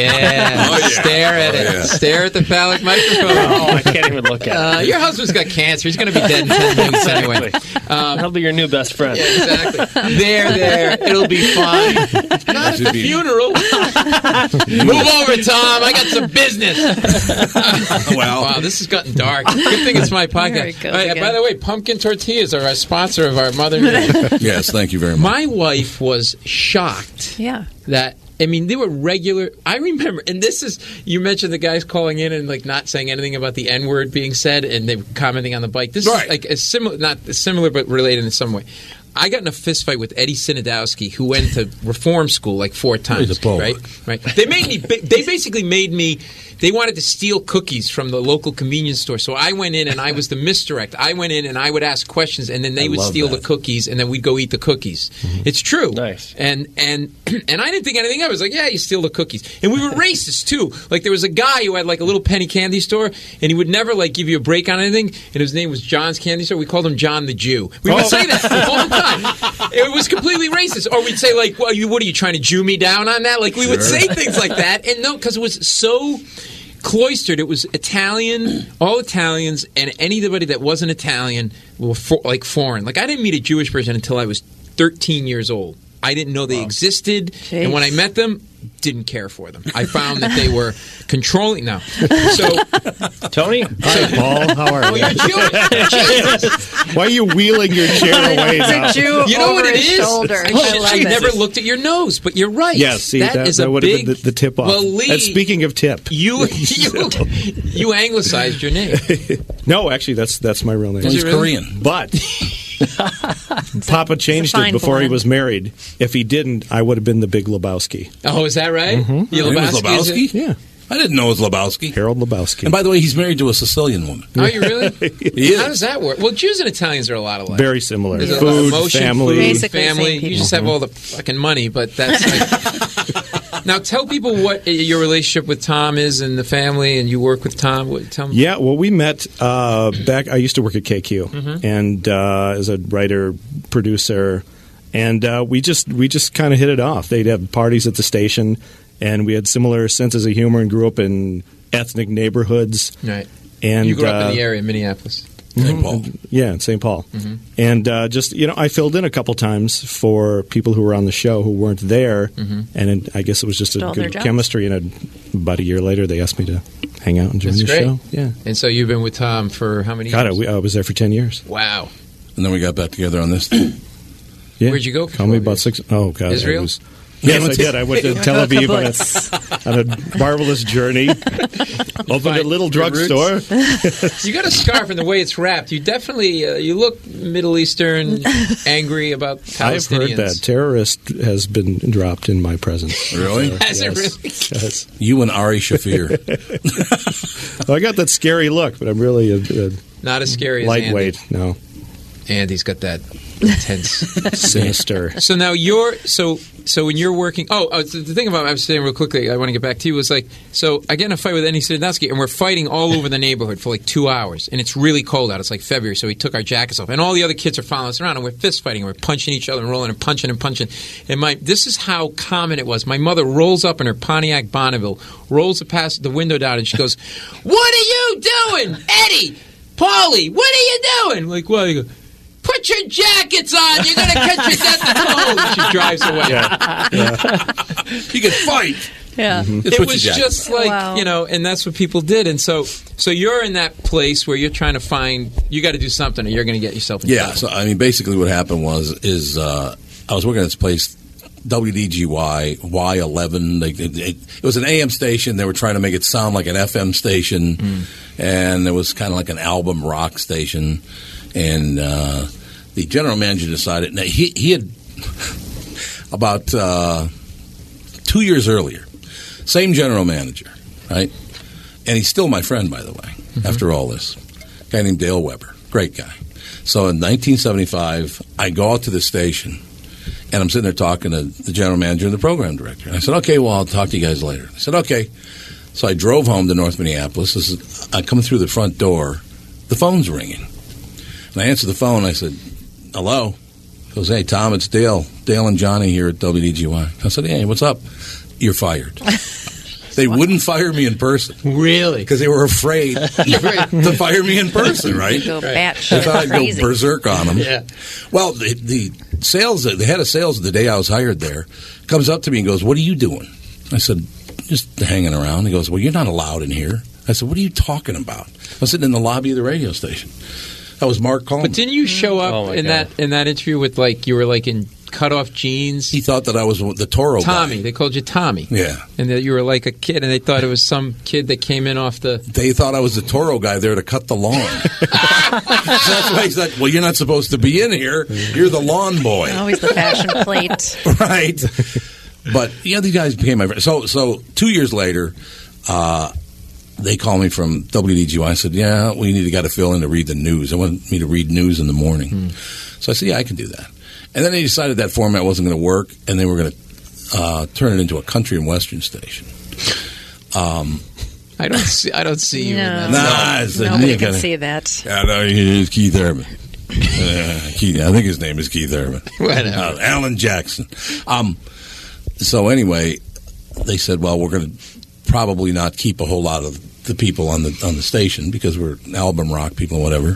Speaker 13: yeah,
Speaker 7: Oh, yeah.
Speaker 13: stare at it,
Speaker 7: Oh, yeah.
Speaker 13: stare at the phallic microphone.
Speaker 7: Oh, I
Speaker 13: can't even look
Speaker 7: at
Speaker 13: uh,
Speaker 7: it.
Speaker 13: Your husband's got cancer. He's going to be dead in ten minutes anyway. Um,
Speaker 17: He'll be your new best friend.
Speaker 13: exactly. There, there. It'll be fine. Not at the funeral. Move over, Tom. I got some business. wow. this has gotten dark. Good thing it's my
Speaker 2: There it
Speaker 13: podcast.
Speaker 2: goes
Speaker 13: All right,
Speaker 2: again.
Speaker 13: by the way, pumpkin tortillas are our sponsor of our mother. yes,
Speaker 2: thank you very much.
Speaker 13: My wife was shocked
Speaker 15: Yeah.
Speaker 13: that I mean they were regular. I remember, and this is you mentioned the guys calling in and like not saying anything about the N word being said, and they were commenting on the bike. This is like a similar, not similar, but related in some way. I got in a fist fight with Eddie Sinadowski, who went to reform school like four times.
Speaker 2: He's a bulwark.
Speaker 13: right, right. They made me. ba- They basically made me. They wanted to steal cookies from the local convenience store, so I went in and I was the misdirect. I went in and I would ask questions, and then they
Speaker 2: I
Speaker 13: would
Speaker 2: love
Speaker 13: steal
Speaker 2: that.
Speaker 13: the cookies, and then we'd go eat the cookies.
Speaker 7: Mm-hmm.
Speaker 13: It's true. Nice. And and and I didn't think anything of it. I was like, yeah, you steal the cookies. And we were racist too. Like there was a guy who had like a little penny candy store, and he would never like give you a break on anything. And his name was John's Candy Store. We called him John the Jew. We would
Speaker 7: Oh.
Speaker 13: say that all the time. It was completely racist. Or we'd say like, well, you, what are you trying to Jew me down on that? Like we would
Speaker 7: Sure.
Speaker 13: say things like that. And no, because it was so. Cloistered. It was Italian, all Italians, and anybody that wasn't Italian were for, like foreign. Like I didn't meet a Jewish person until I was 13 years old. I didn't know they existed, and when I
Speaker 7: Jeez.
Speaker 13: met them, didn't care for them. I found that they were controlling. Now, so
Speaker 17: Tony,
Speaker 13: hi
Speaker 18: Paul, how are you? Why are you wheeling your chair away now?
Speaker 13: you know what
Speaker 7: over
Speaker 13: it
Speaker 7: his
Speaker 13: is?
Speaker 7: shoulder.
Speaker 13: I
Speaker 7: I
Speaker 13: should-
Speaker 7: love
Speaker 13: I
Speaker 7: it.
Speaker 13: never looked at your nose, but you're right.
Speaker 18: Yeah, see, that,
Speaker 13: that is
Speaker 18: that
Speaker 13: a
Speaker 18: would
Speaker 13: big
Speaker 18: have been the, the tip off.
Speaker 13: Well, Lee-
Speaker 18: and speaking of tip,
Speaker 13: you you you anglicized your name.
Speaker 18: no, actually, that's that's my real name.
Speaker 13: Is it He's really? Korean.
Speaker 18: but Papa changed it
Speaker 13: fine
Speaker 18: before he
Speaker 13: blend.
Speaker 18: was married. If he didn't, I would have been the Big Lebowski.
Speaker 13: Oh, is that right?
Speaker 2: Mm-hmm.
Speaker 13: Yeah, Lebowski is it?
Speaker 18: Yeah.
Speaker 2: I didn't know it was Lebowski.
Speaker 18: Harold Lebowski.
Speaker 2: And by the way, he's married to a Sicilian woman.
Speaker 13: Are you really?
Speaker 2: He
Speaker 13: How
Speaker 2: is.
Speaker 13: does that work? Well, Jews and Italians are a lot alike.
Speaker 18: Very similar.
Speaker 13: There's a lot of
Speaker 18: Food,
Speaker 13: emotion,
Speaker 18: family.
Speaker 13: food, family. You just have all the fucking money, but that's like. now tell people what uh, your relationship with Tom is and the family, and you work with Tom. What- Tell me.
Speaker 18: Yeah, well, we met uh, back. I used to work at KQ,
Speaker 13: Mhm.
Speaker 18: and uh, as a writer producer, and uh, we just we just kind of hit it off. They'd have parties at the station, and we had similar senses of humor, and grew up in ethnic neighborhoods.
Speaker 13: Right.
Speaker 18: And
Speaker 13: you grew up in
Speaker 18: uh,
Speaker 13: the area, Minneapolis.
Speaker 18: Mhm. Yeah, in St. Paul.
Speaker 13: Mhm.
Speaker 18: And uh, just, you know, I filled in a couple times for people who were on the show who weren't there.
Speaker 13: Mhm.
Speaker 18: And it, I guess it was just a
Speaker 13: Stole their
Speaker 18: good
Speaker 13: jobs.
Speaker 18: chemistry. And a, about a year later, they asked me to hang out and join
Speaker 13: That's
Speaker 18: the
Speaker 13: great.
Speaker 18: show. Yeah.
Speaker 13: And so you've been with Tom for how many
Speaker 18: God, I,
Speaker 13: years?
Speaker 18: we, I was there for 10 years.
Speaker 13: Wow.
Speaker 2: And then we got back together on this thing.
Speaker 18: Yeah.
Speaker 13: Where'd you go?
Speaker 18: Call me about six. Oh, God. I
Speaker 13: Israel?
Speaker 18: was-
Speaker 2: Yeah,
Speaker 18: yes, I
Speaker 2: what's-
Speaker 18: did. I went to Tel Aviv on a, on a marvelous journey. Opened a little drugstore.
Speaker 13: you got a scarf, and the way it's wrapped, you definitely uh, you look Middle Eastern, angry about
Speaker 18: I've heard
Speaker 13: Palestinians.
Speaker 18: that terrorist has been dropped in my presence.
Speaker 2: Really?
Speaker 18: So,
Speaker 13: Has it
Speaker 18: yes.
Speaker 13: really?
Speaker 18: Yes.
Speaker 2: You and Ari Shafir.
Speaker 18: Well, I got that scary look, but I'm really a, a
Speaker 13: Not as scary as
Speaker 18: lightweight. No,
Speaker 13: Andy. Andy's got that intense
Speaker 18: sinister.
Speaker 13: So now you're so so when you're working. Oh, oh the the thing about I was saying real quickly. I want to get back to you was like so I get in a fight with Andy Sidnowski and we're fighting all over the neighborhood for like two hours and it's really cold out. It's like February, so we took our jackets off and all the other kids are following us around and we're fist fighting and we're punching each other and rolling and punching and punching. And my this is how common it was. My mother rolls up in her Pontiac Bonneville, rolls the past the window down and she goes, "What are you doing, Eddie? Paulie, what are you doing?" Like well, you go. Put your jackets on. You're gonna catch your death cold. Oh, And She drives away.
Speaker 2: You can fight.
Speaker 15: Yeah.
Speaker 7: Mm-hmm.
Speaker 2: Just
Speaker 13: It
Speaker 2: put your
Speaker 13: was
Speaker 2: jacket
Speaker 13: just like
Speaker 15: Wow.
Speaker 13: you know, and that's what people did. And so, so you're in that place where you're trying to find. You got to do something, or you're going to get yourself. In
Speaker 2: Yeah, so I mean, basically, what happened was is uh, I was working at this place, WDGY Y eleven. Like it, it, it was an AM station. They were trying to make it sound like an FM station,
Speaker 13: Mm.
Speaker 2: and it was kind of like an album rock station. And uh, the general manager decided now he he had about uh, two years earlier, same general manager, right? And he's still my friend, by the way.
Speaker 10: Mm-hmm.
Speaker 2: After all this, a guy named Dale Weber, great guy. So in 1975, I go out to the station, and I'm sitting there talking to the general manager and the program director. And I said, "Okay, well, I'll talk to you guys later." I said, "Okay." So I drove home to North Minneapolis. This is, I come through the front door, the phone's ringing, and I answer the phone. I said, "Hello." goes, "Hey Tom, it's Dale, Dale and Johnny here at WDGY." I said, "Hey, what's up? You're fired." They wouldn't fire me in person,
Speaker 13: really,
Speaker 2: because they were afraid to fire me in person. Right?
Speaker 5: Go
Speaker 2: Right.
Speaker 5: batshit
Speaker 2: They thought I'd
Speaker 5: crazy.
Speaker 2: go berserk on them.
Speaker 5: Yeah.
Speaker 2: Well, the, the sales, the head of sales the day I was hired there, comes up to me and goes, "What are you doing?" I said, "Just hanging around." He goes, "Well, you're not allowed in here." I said, "What are you talking about?" I was sitting in the lobby of the radio station. That was Mark Coleman.
Speaker 13: But didn't you show up
Speaker 2: Oh, my
Speaker 13: in
Speaker 2: God.
Speaker 13: that in that interview with like you were like in cutoff jeans? He
Speaker 2: thought that I was the Toro guy.
Speaker 13: Tommy. They called you Tommy.
Speaker 2: Yeah.
Speaker 13: and that you were like a kid, and they thought it was some kid that came in off the.
Speaker 2: They thought I was the Toro guy there to cut the lawn. So that's why he's like, well, you're not supposed to be in here. You're the lawn boy.
Speaker 5: Always the fashion plate.
Speaker 2: right? But yeah, these guys became my friends. So so two years later, uh, they called me from WDGY. I said, "Yeah, we need to got to fill in to read the news. They wanted me to read news in the morning."
Speaker 13: Hmm.
Speaker 2: So I said, "Yeah, I can do that." And then they decided that format wasn't going to work, and they were going to uh, turn it into a country and western station. Um,
Speaker 13: I don't see. I don't see you.
Speaker 5: No.
Speaker 13: In that.
Speaker 2: Nah, it's a
Speaker 5: Nobody
Speaker 2: nick,
Speaker 5: can
Speaker 2: I think.
Speaker 5: see that.
Speaker 2: I know it's Keith Urban. Uh, Keith, I think his name is Keith Urban.
Speaker 13: Whatever.
Speaker 2: Uh, Alan Jackson. Um, so anyway, they said, "Well, we're going to probably not keep a whole lot of the people on the on the station because we're album rock people and whatever."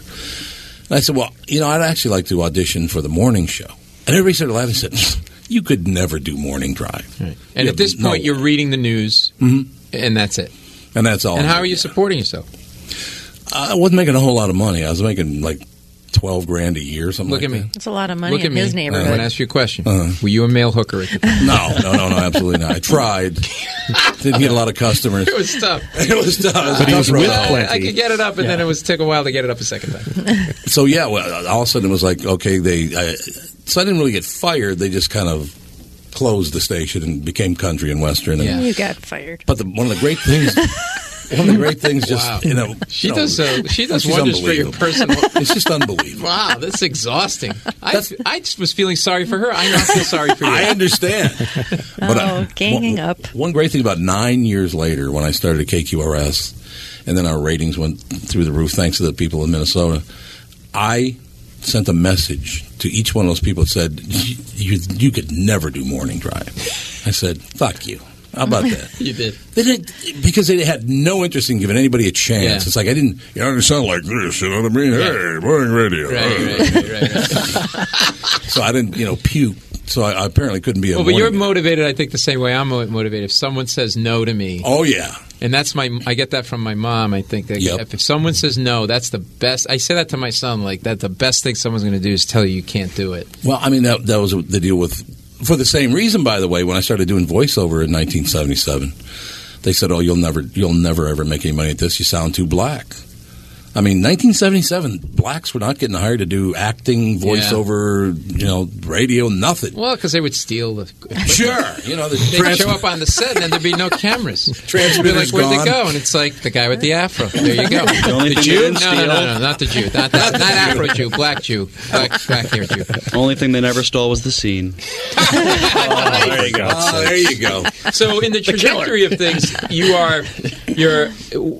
Speaker 2: And I said, "Well, you know, I'd actually like to audition for the morning show." And everybody started laughing and said, "You could never do morning drive."
Speaker 13: And
Speaker 2: Yeah,
Speaker 13: at this
Speaker 2: no. Mm-hmm.
Speaker 13: point, you're reading the news, and that's it.
Speaker 2: And that's all.
Speaker 13: And how are you supporting yourself?
Speaker 2: I wasn't making a whole lot of money. I was making like twelve grand a year, something
Speaker 13: Look
Speaker 2: like
Speaker 13: at me.
Speaker 2: that.
Speaker 5: That's a lot of money
Speaker 13: Look at
Speaker 5: in
Speaker 13: me.
Speaker 5: his
Speaker 13: I'm
Speaker 5: neighborhood.
Speaker 13: going to ask you a question. Were you a male hooker? At the
Speaker 2: Uh-huh. No, no, no, no, absolutely not. I tried. Didn't get a lot of customers.
Speaker 13: It was tough.
Speaker 2: It was tough. It was a
Speaker 13: I-
Speaker 2: tough road.
Speaker 13: I- I could get it up, and then it was took a while to get it up a second time.
Speaker 2: So yeah, well, all of a sudden it was like okay, they. I, so I didn't really get fired. They just kind of closed the station and became country and western. And,
Speaker 5: You got fired.
Speaker 2: But the, one of the great things. One of the great things, just
Speaker 13: Wow.
Speaker 2: you know,
Speaker 13: She
Speaker 2: you know,
Speaker 13: does, uh, she does
Speaker 2: she's
Speaker 13: wonders for your
Speaker 2: unbelievable.
Speaker 13: personal.
Speaker 2: It's just unbelievable.
Speaker 13: Wow, that's exhausting. I, I just was feeling sorry for her. I now feel sorry for you.
Speaker 2: I understand. But I-
Speaker 5: Oh, ganging up.
Speaker 2: One great thing about nine years later, when I started at KQRS, and then our ratings went through the roof thanks to the people in Minnesota, I sent a message to each one of those people that said, "You, you, you could never do morning drive." I said, "Fuck you." How about that?
Speaker 13: You did.
Speaker 2: They didn't because they had no interest in giving anybody a chance.
Speaker 13: Yeah.
Speaker 2: It's like I didn't. You know, it sound like this. You know what I mean? Hey, morning radio. so I didn't, you know, puke. So I, I apparently couldn't be a.
Speaker 13: Well, but you're
Speaker 2: morning-
Speaker 13: motivated, I think, the same way I'm mo- motivated. If someone says no to me,
Speaker 2: oh yeah,
Speaker 13: and that's my, I get that from my mom. I think that if, if someone says no, that's the best. I say that to my son, like that the best thing someone's going to do is tell you you can't do it.
Speaker 2: Well, I mean that that was the deal with for the same reason by the way when I started doing voiceover in 1977 they said oh you'll never you'll never ever make any money at this you sound too black. I mean 1977 blacks were not getting hired to do acting, voiceover, you know, radio, nothing.
Speaker 13: Well, because they would steal the.
Speaker 2: Sure, you know the
Speaker 13: They'd
Speaker 2: trans-
Speaker 13: show up on the set, and then there'd be no cameras. They'd be
Speaker 2: Transmitter's
Speaker 13: like, where'd
Speaker 2: gone."
Speaker 13: they go? And it's like the guy with the afro. There you go.
Speaker 2: The only thing they
Speaker 13: Jew?
Speaker 2: didn't
Speaker 13: No, no, no,
Speaker 2: steal.
Speaker 13: no, not the Jew. Not, that, not Afro Jew. Black Jew. Black black hair Jew.
Speaker 7: Only thing they never stole was the scene.
Speaker 13: Oh, there you
Speaker 7: go.
Speaker 2: there you go.
Speaker 13: So in the
Speaker 7: The killer.
Speaker 13: trajectory of things, you are your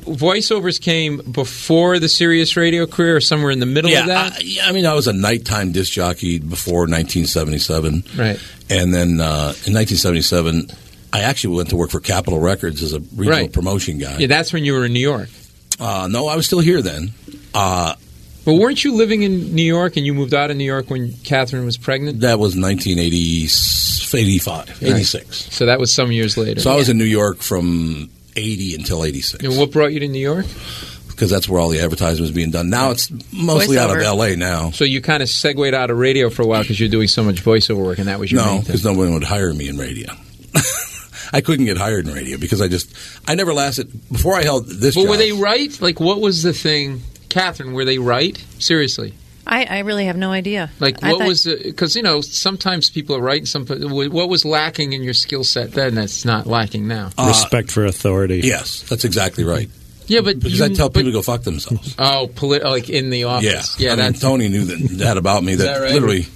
Speaker 13: voiceovers came before the serious radio career, or somewhere in the middle
Speaker 2: yeah,
Speaker 13: of that.
Speaker 2: I, yeah, I mean I was a nighttime disc jockey before 1977.
Speaker 13: Right.
Speaker 2: And then uh, in 1977 I actually went to work for Capitol Records as a regional
Speaker 13: Right.
Speaker 2: promotion guy.
Speaker 13: Yeah, that's when you were in New York.
Speaker 2: Uh, no, I was still here then. Uh,
Speaker 13: but weren't you living in New York and you moved out of New York when Catherine was pregnant?
Speaker 2: That was 1985, 86.
Speaker 13: So that was some years later.
Speaker 2: So I was in New York from 80 until 86
Speaker 13: And what brought you to New York?
Speaker 2: because that's where all the advertising was being done. Now it's mostly out of
Speaker 13: Voiceover.
Speaker 2: LA now.
Speaker 13: So you kind of segued out of radio for a while because you're doing so much voiceover work, and that was your
Speaker 2: No,
Speaker 13: main thing.
Speaker 2: because no one would hire me in radio. I couldn't get hired in radio because I just I never lasted before I held this
Speaker 13: But
Speaker 2: job.
Speaker 13: were they right? Like, what was the thing, Catherine? Were they right? Seriously,
Speaker 5: I, I really have no idea.
Speaker 13: like,
Speaker 5: I
Speaker 13: what
Speaker 5: thought-
Speaker 13: was because you know sometimes people are right, and some what was lacking in your skill set then that's not lacking now.
Speaker 19: Respect for authority.
Speaker 2: uh, Yes, that's exactly right.
Speaker 13: yeah, but
Speaker 2: Because
Speaker 13: you,
Speaker 2: I tell people to go fuck themselves.
Speaker 13: oh, polit- like in the office,
Speaker 2: Yeah, I mean,
Speaker 13: that's
Speaker 2: Tony knew that, that about me.
Speaker 13: Is
Speaker 2: That,
Speaker 13: that right?
Speaker 2: literally,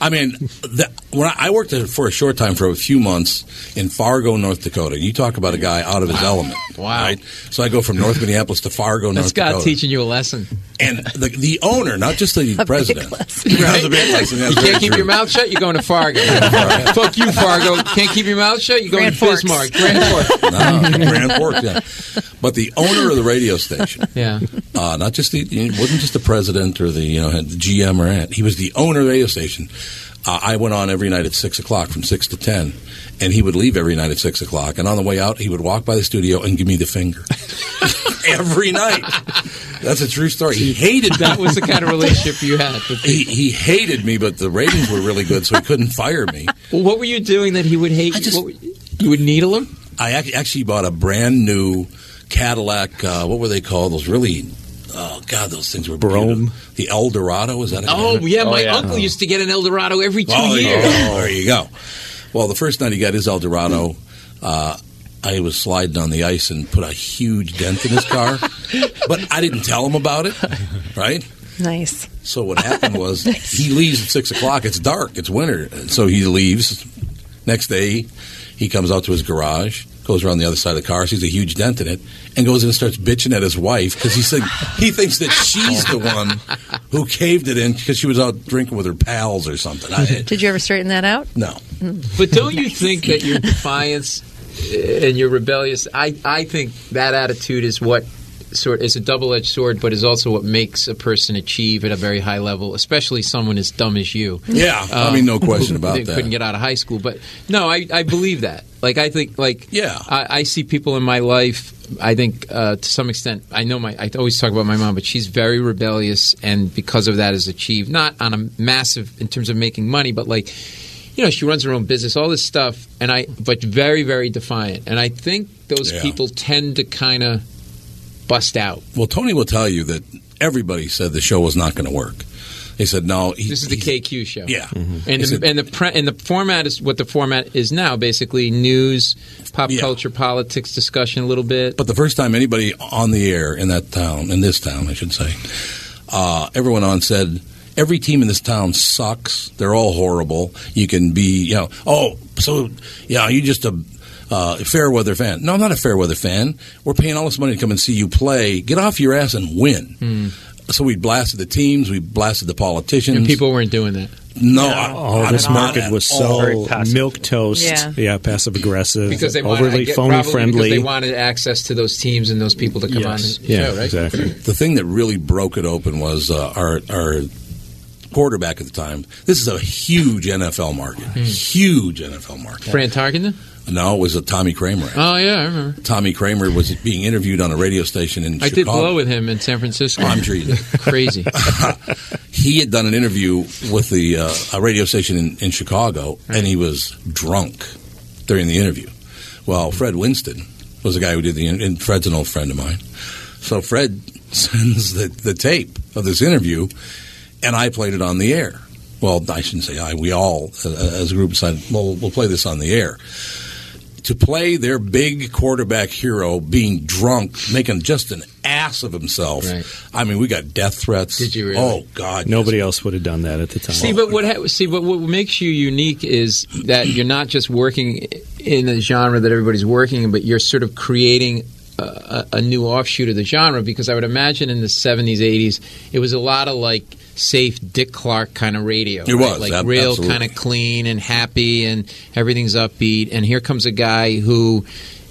Speaker 2: I mean, the, when I, I worked at, for a short time for a few months in Fargo, North Dakota, you talk about a guy out of his element. Wow! Right? So I go from North Minneapolis to Fargo, North
Speaker 13: That's God
Speaker 2: Dakota.
Speaker 13: teaching you a lesson.
Speaker 2: And the, the owner, not just the president. That was a big lesson. That's
Speaker 13: You
Speaker 2: very
Speaker 13: can't keep
Speaker 2: true.
Speaker 13: your mouth shut. You're going to Fargo. Fuck you, Fargo. Can't keep your mouth shut. You're going
Speaker 2: Grand
Speaker 13: to
Speaker 2: Forks.
Speaker 13: Bismarck. Grand Forks.
Speaker 2: no, Grand Forks, yeah. But the owner of the radio station,
Speaker 13: Yeah.
Speaker 2: uh, not just the, it wasn't just the president or the you know had the GM or anything. He was the owner of the radio station. Uh, I went on every night at six o'clock from six to ten, and he would leave every night at six o'clock. And on the way out, he would walk by the studio and give me the finger every night. That's a true story. He hated
Speaker 13: That was the kind of relationship you had.
Speaker 2: He, he hated me, but the ratings were really good, so he couldn't fire me.
Speaker 13: Well, what were you doing that he would hate? what were- you would needle him.
Speaker 2: I ac- actually bought a brand new Cadillac. Uh, what were they called? Those really. Oh God, those things were Brome. The El Dorado is that? A
Speaker 13: Oh yeah, my uncle
Speaker 2: Oh.
Speaker 13: used to get an Eldorado every two
Speaker 2: Oh, there you
Speaker 13: years.
Speaker 2: go. there you go. Well, the first night he got his El Dorado, uh, I was sliding on the ice and put a huge dent in his car, but I didn't tell him about it, right?
Speaker 5: Nice.
Speaker 2: So what happened was he leaves at six o'clock. It's dark. It's winter. So he leaves. Next day, he comes out to his garage, goes around the other side of the car, sees a huge dent in it, and goes in and starts bitching at his wife because he said he thinks that she's the one who caved it in because she was out drinking with her pals or something. I,
Speaker 5: Did you ever straighten that out?
Speaker 2: no.
Speaker 13: But don't you think that your defiance eh, and your rebellious? I I think that attitude is what sort is a double edged sword, but is also what makes a person achieve at a very high level, especially someone as dumb as you.
Speaker 2: Yeah, I mean, no question about
Speaker 13: they
Speaker 2: that.
Speaker 13: Couldn't get out of high school, but no, I I believe that. Like I think, like
Speaker 2: yeah,
Speaker 13: I, I see people in my life. I think uh, to some extent, I know my. I always talk about my mom, but she's very rebellious, and because of that, is achieved not on a massive in terms of making money, but like you know, she runs her own business, all this stuff, and I, but very, very defiant. And I think those
Speaker 2: Yeah.
Speaker 13: people tend to kind of bust out.
Speaker 2: Well, Tony will tell you that everybody said the show was not going to work. They said no. He,
Speaker 13: This is the KQ show.
Speaker 2: Yeah.
Speaker 18: Mm-hmm.
Speaker 2: Mhm.
Speaker 13: and
Speaker 2: Is
Speaker 13: the,
Speaker 2: it-
Speaker 13: and the pre, and the format is what the format is now, basically news, pop culture, politics discussion a little bit.
Speaker 2: But the first time anybody on the air in that town, in this town, I should say, uh, everyone on said, every team in this town sucks. They're all horrible. You can be, you know, oh, so, yeah, you just a. Uh, fair weather fan. No, I'm not a fair weather fan. We're paying all this money to come and see you play. Get off your ass and win. So we blasted the teams. We blasted the politicians.
Speaker 13: And people weren't doing that.
Speaker 2: No, I-
Speaker 18: Oh,
Speaker 2: I'm
Speaker 18: this
Speaker 2: not
Speaker 18: market
Speaker 2: at
Speaker 18: was
Speaker 2: all.
Speaker 18: so milk toast.
Speaker 13: Yeah.
Speaker 18: passive aggressive,
Speaker 13: because they wanted, I
Speaker 18: overly
Speaker 13: get-
Speaker 18: phony
Speaker 13: probably Because they
Speaker 18: friendly.
Speaker 13: wanted access to those teams and those people to come
Speaker 18: Yes.
Speaker 13: on. The
Speaker 18: Yeah,
Speaker 13: show, right?
Speaker 18: exactly.
Speaker 2: The thing that really broke it open was uh, our our quarterback at the time. This is a huge NFL market, huge NFL market.
Speaker 13: Fran Tarkenton.
Speaker 2: No, it was a Tommy Kramer.
Speaker 13: Oh yeah, I remember.
Speaker 2: Tommy Kramer was being interviewed on a radio station in
Speaker 13: I did
Speaker 2: Chicago.
Speaker 13: blow with him in San Francisco.
Speaker 2: I'm sure you did.
Speaker 13: Crazy.
Speaker 2: he had done an interview with the uh, a radio station in, in Chicago, and he was drunk during the interview. Well, Fred Winston was the guy who did the, and Fred's an old friend of mine. So Fred sends the, the tape of this interview, and I played it on the air. Well, I shouldn't say I. We all, uh, as a group, decided, well, we'll play this on the air. To play their big quarterback hero being drunk, making just an ass of himself. I mean, we got death threats. Did you
Speaker 13: really?
Speaker 2: Oh God!
Speaker 18: Nobody else would have done that at the time.
Speaker 13: See, but what ha- see, but what makes you unique is that you're not just working in a genre that everybody's working in, but you're sort of creating a, a, a new offshoot of the genre. Because I would imagine in the '70s, '80s, it was a lot of like safe Dick Clark kind of radio.
Speaker 2: It
Speaker 13: right?
Speaker 2: was,
Speaker 13: like
Speaker 2: ab-
Speaker 13: real
Speaker 2: absolutely.
Speaker 13: kind of clean and happy, and everything's upbeat. And here comes a guy who.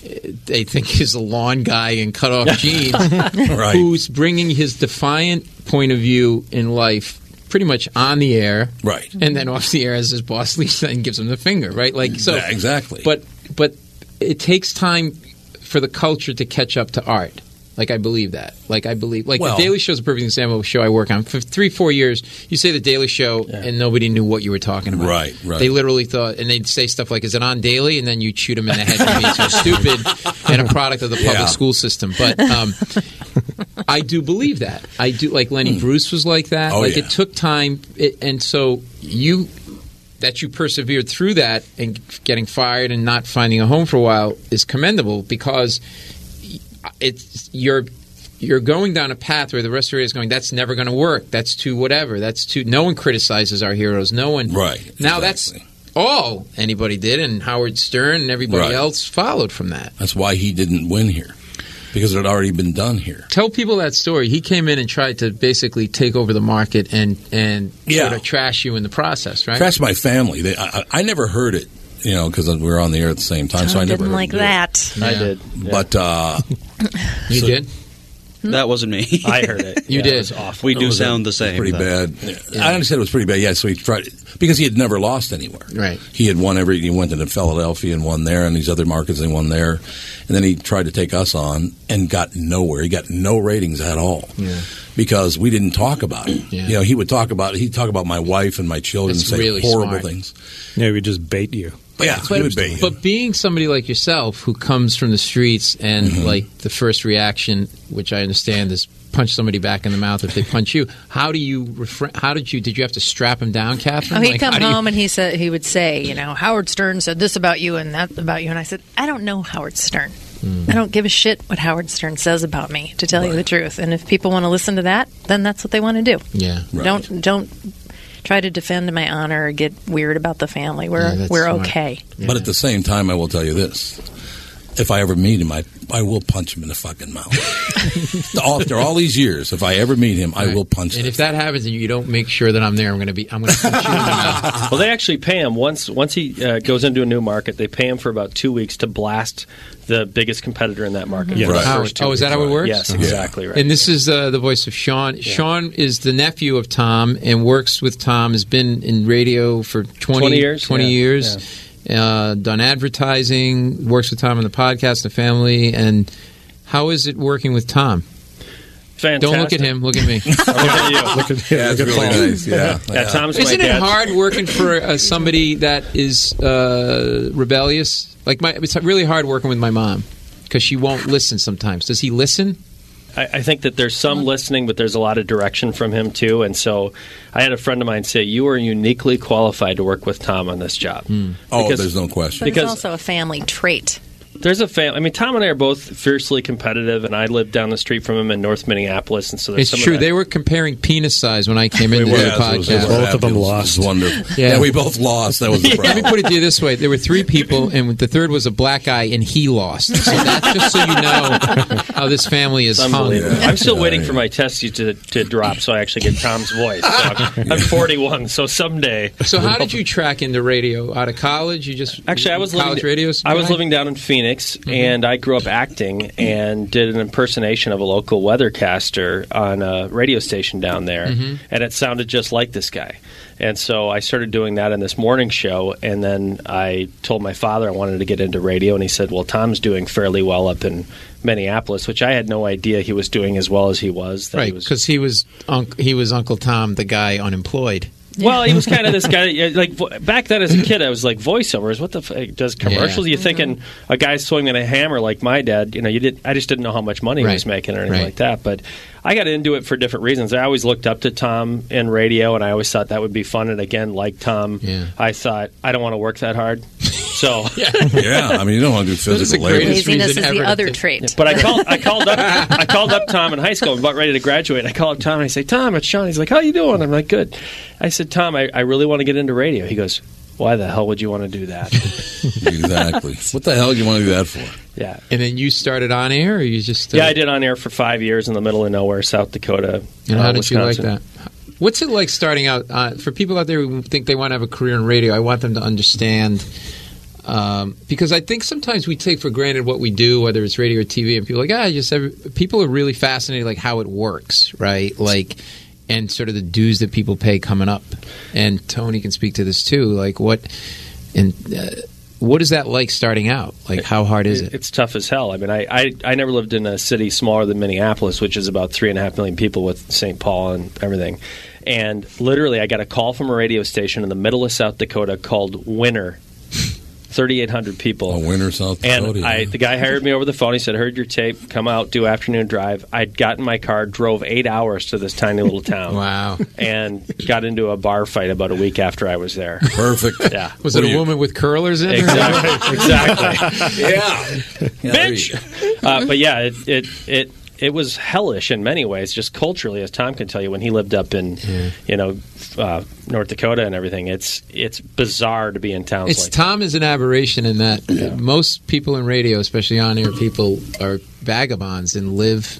Speaker 13: uh, They think is a lawn guy in cut off jeans,
Speaker 2: Right.
Speaker 13: who's bringing his defiant point of view in life pretty much on the air,
Speaker 2: right?
Speaker 13: And then off the air as his boss leaves and gives him the finger, right? Like so,
Speaker 2: Yeah, exactly.
Speaker 13: But but it takes time for the culture to catch up to art. Like I believe that. Like I believe. Like
Speaker 2: Well-
Speaker 13: the Daily Show is a perfect example of a show I work on for three four years. You say the Daily Show and nobody knew what you were talking about.
Speaker 2: Right, right.
Speaker 13: They literally thought, and they'd say stuff like, "Is it on daily?" And then you shoot them in the head for being so stupid and a product of the public
Speaker 2: Yeah.
Speaker 13: school system. But um, I do believe that. I do. Like Lenny Bruce was like that.
Speaker 2: Oh,
Speaker 13: like
Speaker 2: yeah.
Speaker 13: it took time, it, and so you that you persevered through that and getting fired and not finding a home for a while is commendable because it's your you're going down a path where the rest of the is going, that's never going to work. That's too whatever. That's too. No one criticizes our heroes. No one.
Speaker 2: Right.
Speaker 13: Now that's all anybody did, and Howard Stern and everybody
Speaker 2: Right.
Speaker 13: else followed from that.
Speaker 2: That's why he didn't win here, because it had already been done here.
Speaker 13: Tell people that story. He came in and tried to basically take over the market and and sort of trash you in the process, right?
Speaker 2: Trash my family. They, I, I- I never heard it, you know, because we were on the air at the same time, so I
Speaker 5: Tom
Speaker 2: never
Speaker 5: didn't
Speaker 2: heard
Speaker 5: like
Speaker 2: him do it.
Speaker 5: that.
Speaker 2: Yeah. But uh,
Speaker 13: You did?
Speaker 7: That wasn't me.
Speaker 13: I heard it. You Yeah, it did. was awful.
Speaker 7: We
Speaker 2: It
Speaker 7: do
Speaker 2: was, uh,
Speaker 7: sound the
Speaker 2: it was
Speaker 7: same.
Speaker 2: Pretty
Speaker 7: though.
Speaker 2: bad. I understand it was pretty bad. Yeah, so he tried because he had never lost anywhere.
Speaker 13: Right.
Speaker 2: He had won every. He went into Philadelphia and won there, and these other markets they won there, and then he tried to take us on and got nowhere. He got no ratings at all because we didn't talk about it.
Speaker 13: Yeah.
Speaker 2: You know, he would talk about he'd talk about my wife and my children,
Speaker 13: That's
Speaker 2: and say
Speaker 13: really
Speaker 2: horrible
Speaker 13: smart.
Speaker 2: things.
Speaker 20: Yeah, we just bait you.
Speaker 2: Yeah, he would
Speaker 13: but,
Speaker 2: bait you.
Speaker 13: but being somebody like yourself who comes from the streets and
Speaker 2: Mm-hmm.
Speaker 13: like the first reaction, which I understand is punch somebody back in the mouth if they punch you. How do you? Refra- how did you? Did you have to strap him down, Catherine?
Speaker 5: Oh, he'd
Speaker 13: Like,
Speaker 5: come
Speaker 13: how do you-
Speaker 5: home and he said he would say, you know, Howard Stern said this about you and that about you, and I said, I don't know Howard Stern.
Speaker 13: Mm.
Speaker 5: I don't give a shit what Howard Stern says about me, to tell you the truth. And if people want to listen to that, then that's what they want to do.
Speaker 13: Yeah.
Speaker 5: Don't don't try to defend my honor or get weird about the family. We're
Speaker 2: Yeah, that's
Speaker 5: we're
Speaker 2: smart.
Speaker 5: okay.
Speaker 2: But at the same time, I will tell you this: if I ever meet him, I I will punch him in the fucking mouth. After all these years, if I ever meet him, I will punch.
Speaker 13: And if that happens and you don't make sure that I'm there, I'm going to be. I'm going to.
Speaker 14: well, they actually pay him once once he uh, goes into a new market. They pay him for about two weeks to blast the biggest competitor in that market. for the first two
Speaker 13: Oh, is that
Speaker 14: weeks.
Speaker 13: how it works?
Speaker 14: Yes, exactly right.
Speaker 13: And this is uh, the voice of Sean. Sean is the nephew of Tom and works with Tom. Has been in radio for 20,
Speaker 14: 20 years,
Speaker 13: 20
Speaker 14: yeah,
Speaker 13: years. Uh, done advertising. Works with Tom on the podcast, the family, and how is it working with Tom? Don't look
Speaker 14: Fantastic.
Speaker 13: at him. Look at me.
Speaker 14: Look
Speaker 20: at
Speaker 14: Yeah, look
Speaker 2: really nice, yeah.
Speaker 14: Yeah, Tom's my
Speaker 13: Isn't it
Speaker 14: dad's-
Speaker 13: hard working for uh, somebody that is uh, rebellious? Like my, it's really hard working with my mom because she won't listen sometimes. Does he listen?
Speaker 14: I, I think that there's some listening, but there's a lot of direction from him too. And so, I had a friend of mine say, "You are uniquely qualified to work with Tom on this job."
Speaker 13: Hmm.
Speaker 2: Oh, there's no question.
Speaker 5: But it's
Speaker 14: Because
Speaker 5: also a family trait.
Speaker 14: there's a family. I mean, Tom and I are both fiercely competitive, and I live down the street from him in North Minneapolis, and so there's
Speaker 13: It's
Speaker 14: some of
Speaker 13: true.
Speaker 14: that-
Speaker 13: They were comparing penis size when I came into
Speaker 14: were.
Speaker 13: the
Speaker 14: Yeah, so it was-
Speaker 13: podcast.
Speaker 14: both of them
Speaker 2: lost. wonderful.
Speaker 13: Yeah.
Speaker 2: Yeah. we both lost. That was the
Speaker 13: Let me
Speaker 2: problem.
Speaker 13: put it to you this way: there were three people, and the third was a black guy, and he lost. So that's just so you know how this family is
Speaker 14: It's
Speaker 13: hung.
Speaker 14: unbelievable. I'm still waiting for my testes to, to drop so I actually get Tom's voice. So I'm 41, so someday.
Speaker 13: So how did you track into radio? Out of college, you just
Speaker 14: Actually, I was
Speaker 13: college
Speaker 14: living,
Speaker 13: radios.
Speaker 14: I was living down in Phoenix,
Speaker 13: Mm-hmm.
Speaker 14: and I grew up acting and did an impersonation of a local weathercaster on a radio station down there,
Speaker 13: Mm-hmm.
Speaker 21: Mhm.
Speaker 14: and it sounded just like this guy. And so I started doing that in this morning show, and then I told my father I wanted to get into radio, and he said, "Well, Tom's doing fairly well up in Minneapolis," which I had no idea he was doing as well as he was. That he
Speaker 13: right
Speaker 14: was
Speaker 13: because he was unc- he was Uncle Tom, the guy unemployed.
Speaker 14: Well, he was kind of this guy. yeah, Like vo- back then, as a kid, I was like voiceovers. What the f- does commercials?
Speaker 13: Yeah. Mm-hmm.
Speaker 14: You're thinking a guy swinging a hammer like my dad. You know, you did. I just didn't know how much money he was
Speaker 13: Right.
Speaker 14: making or anything
Speaker 13: Right.
Speaker 14: like that. But I got into it for different reasons. I always looked up to Tom in radio, and I always thought that would be fun. And again, like Tom,
Speaker 13: Yeah.
Speaker 14: I thought I don't want to work that hard. So
Speaker 2: yeah, I mean, you don't want to do physical labor.
Speaker 5: Laziness is the other trait.
Speaker 14: But I called, I called up, I called up Tom in high school. I'm about ready to graduate. I call up Tom and I say, "Tom, it's Sean." He's like, "How you doing?" I'm like, "Good." I said, "Tom, I, I really want to get into radio." He goes, "Why the hell would you want to do that?"
Speaker 2: exactly. What the hell do you want to do that for?
Speaker 14: Yeah.
Speaker 13: And then you started on air, or you just uh,
Speaker 14: yeah, I did on air for five years in the middle of nowhere, South Dakota.
Speaker 13: And
Speaker 14: uh,
Speaker 13: how did you like
Speaker 14: Wisconsin.
Speaker 13: that? What's it like starting out uh, for people out there who think they want to have a career in radio? I want them to understand um, because I think sometimes we take for granted what we do, whether it's radio or TV, and people are like ah, just every, people are really fascinated like how it works, right? Like and sort of the dues that people pay coming up. And Tony can speak to this too. Like what and uh, what is that like starting out? Like how hard is it?
Speaker 14: It's tough as hell. I mean, I, I, I never lived in a city smaller than Minneapolis, which is about three and a half million people with St. Paul and everything. And literally, I got a call from a radio station in the middle of South Dakota called Winner. 3,800 people. A
Speaker 2: winner, South
Speaker 14: Dakota.
Speaker 2: Dakota,
Speaker 14: And I,
Speaker 2: yeah.
Speaker 14: the guy hired me over the phone. He said, "Heard your tape. Come out, do afternoon drive." I'd got in my car, drove eight hours to this tiny little town.
Speaker 13: wow!
Speaker 14: And got into a bar fight about a week after I was there.
Speaker 2: Perfect.
Speaker 14: Yeah.
Speaker 13: Was it a woman with curlers in her?
Speaker 14: Exactly. exactly.
Speaker 2: Yeah.
Speaker 14: Bitch. Uh, but yeah, it, it it it was hellish in many ways, just culturally, as Tom can tell you, when he lived up in you know uh, North Dakota and everything. It's it's bizarre to be in towns
Speaker 13: It's
Speaker 14: like
Speaker 13: Tom is an aberration in that most people in radio, especially on air people, are vagabonds and live.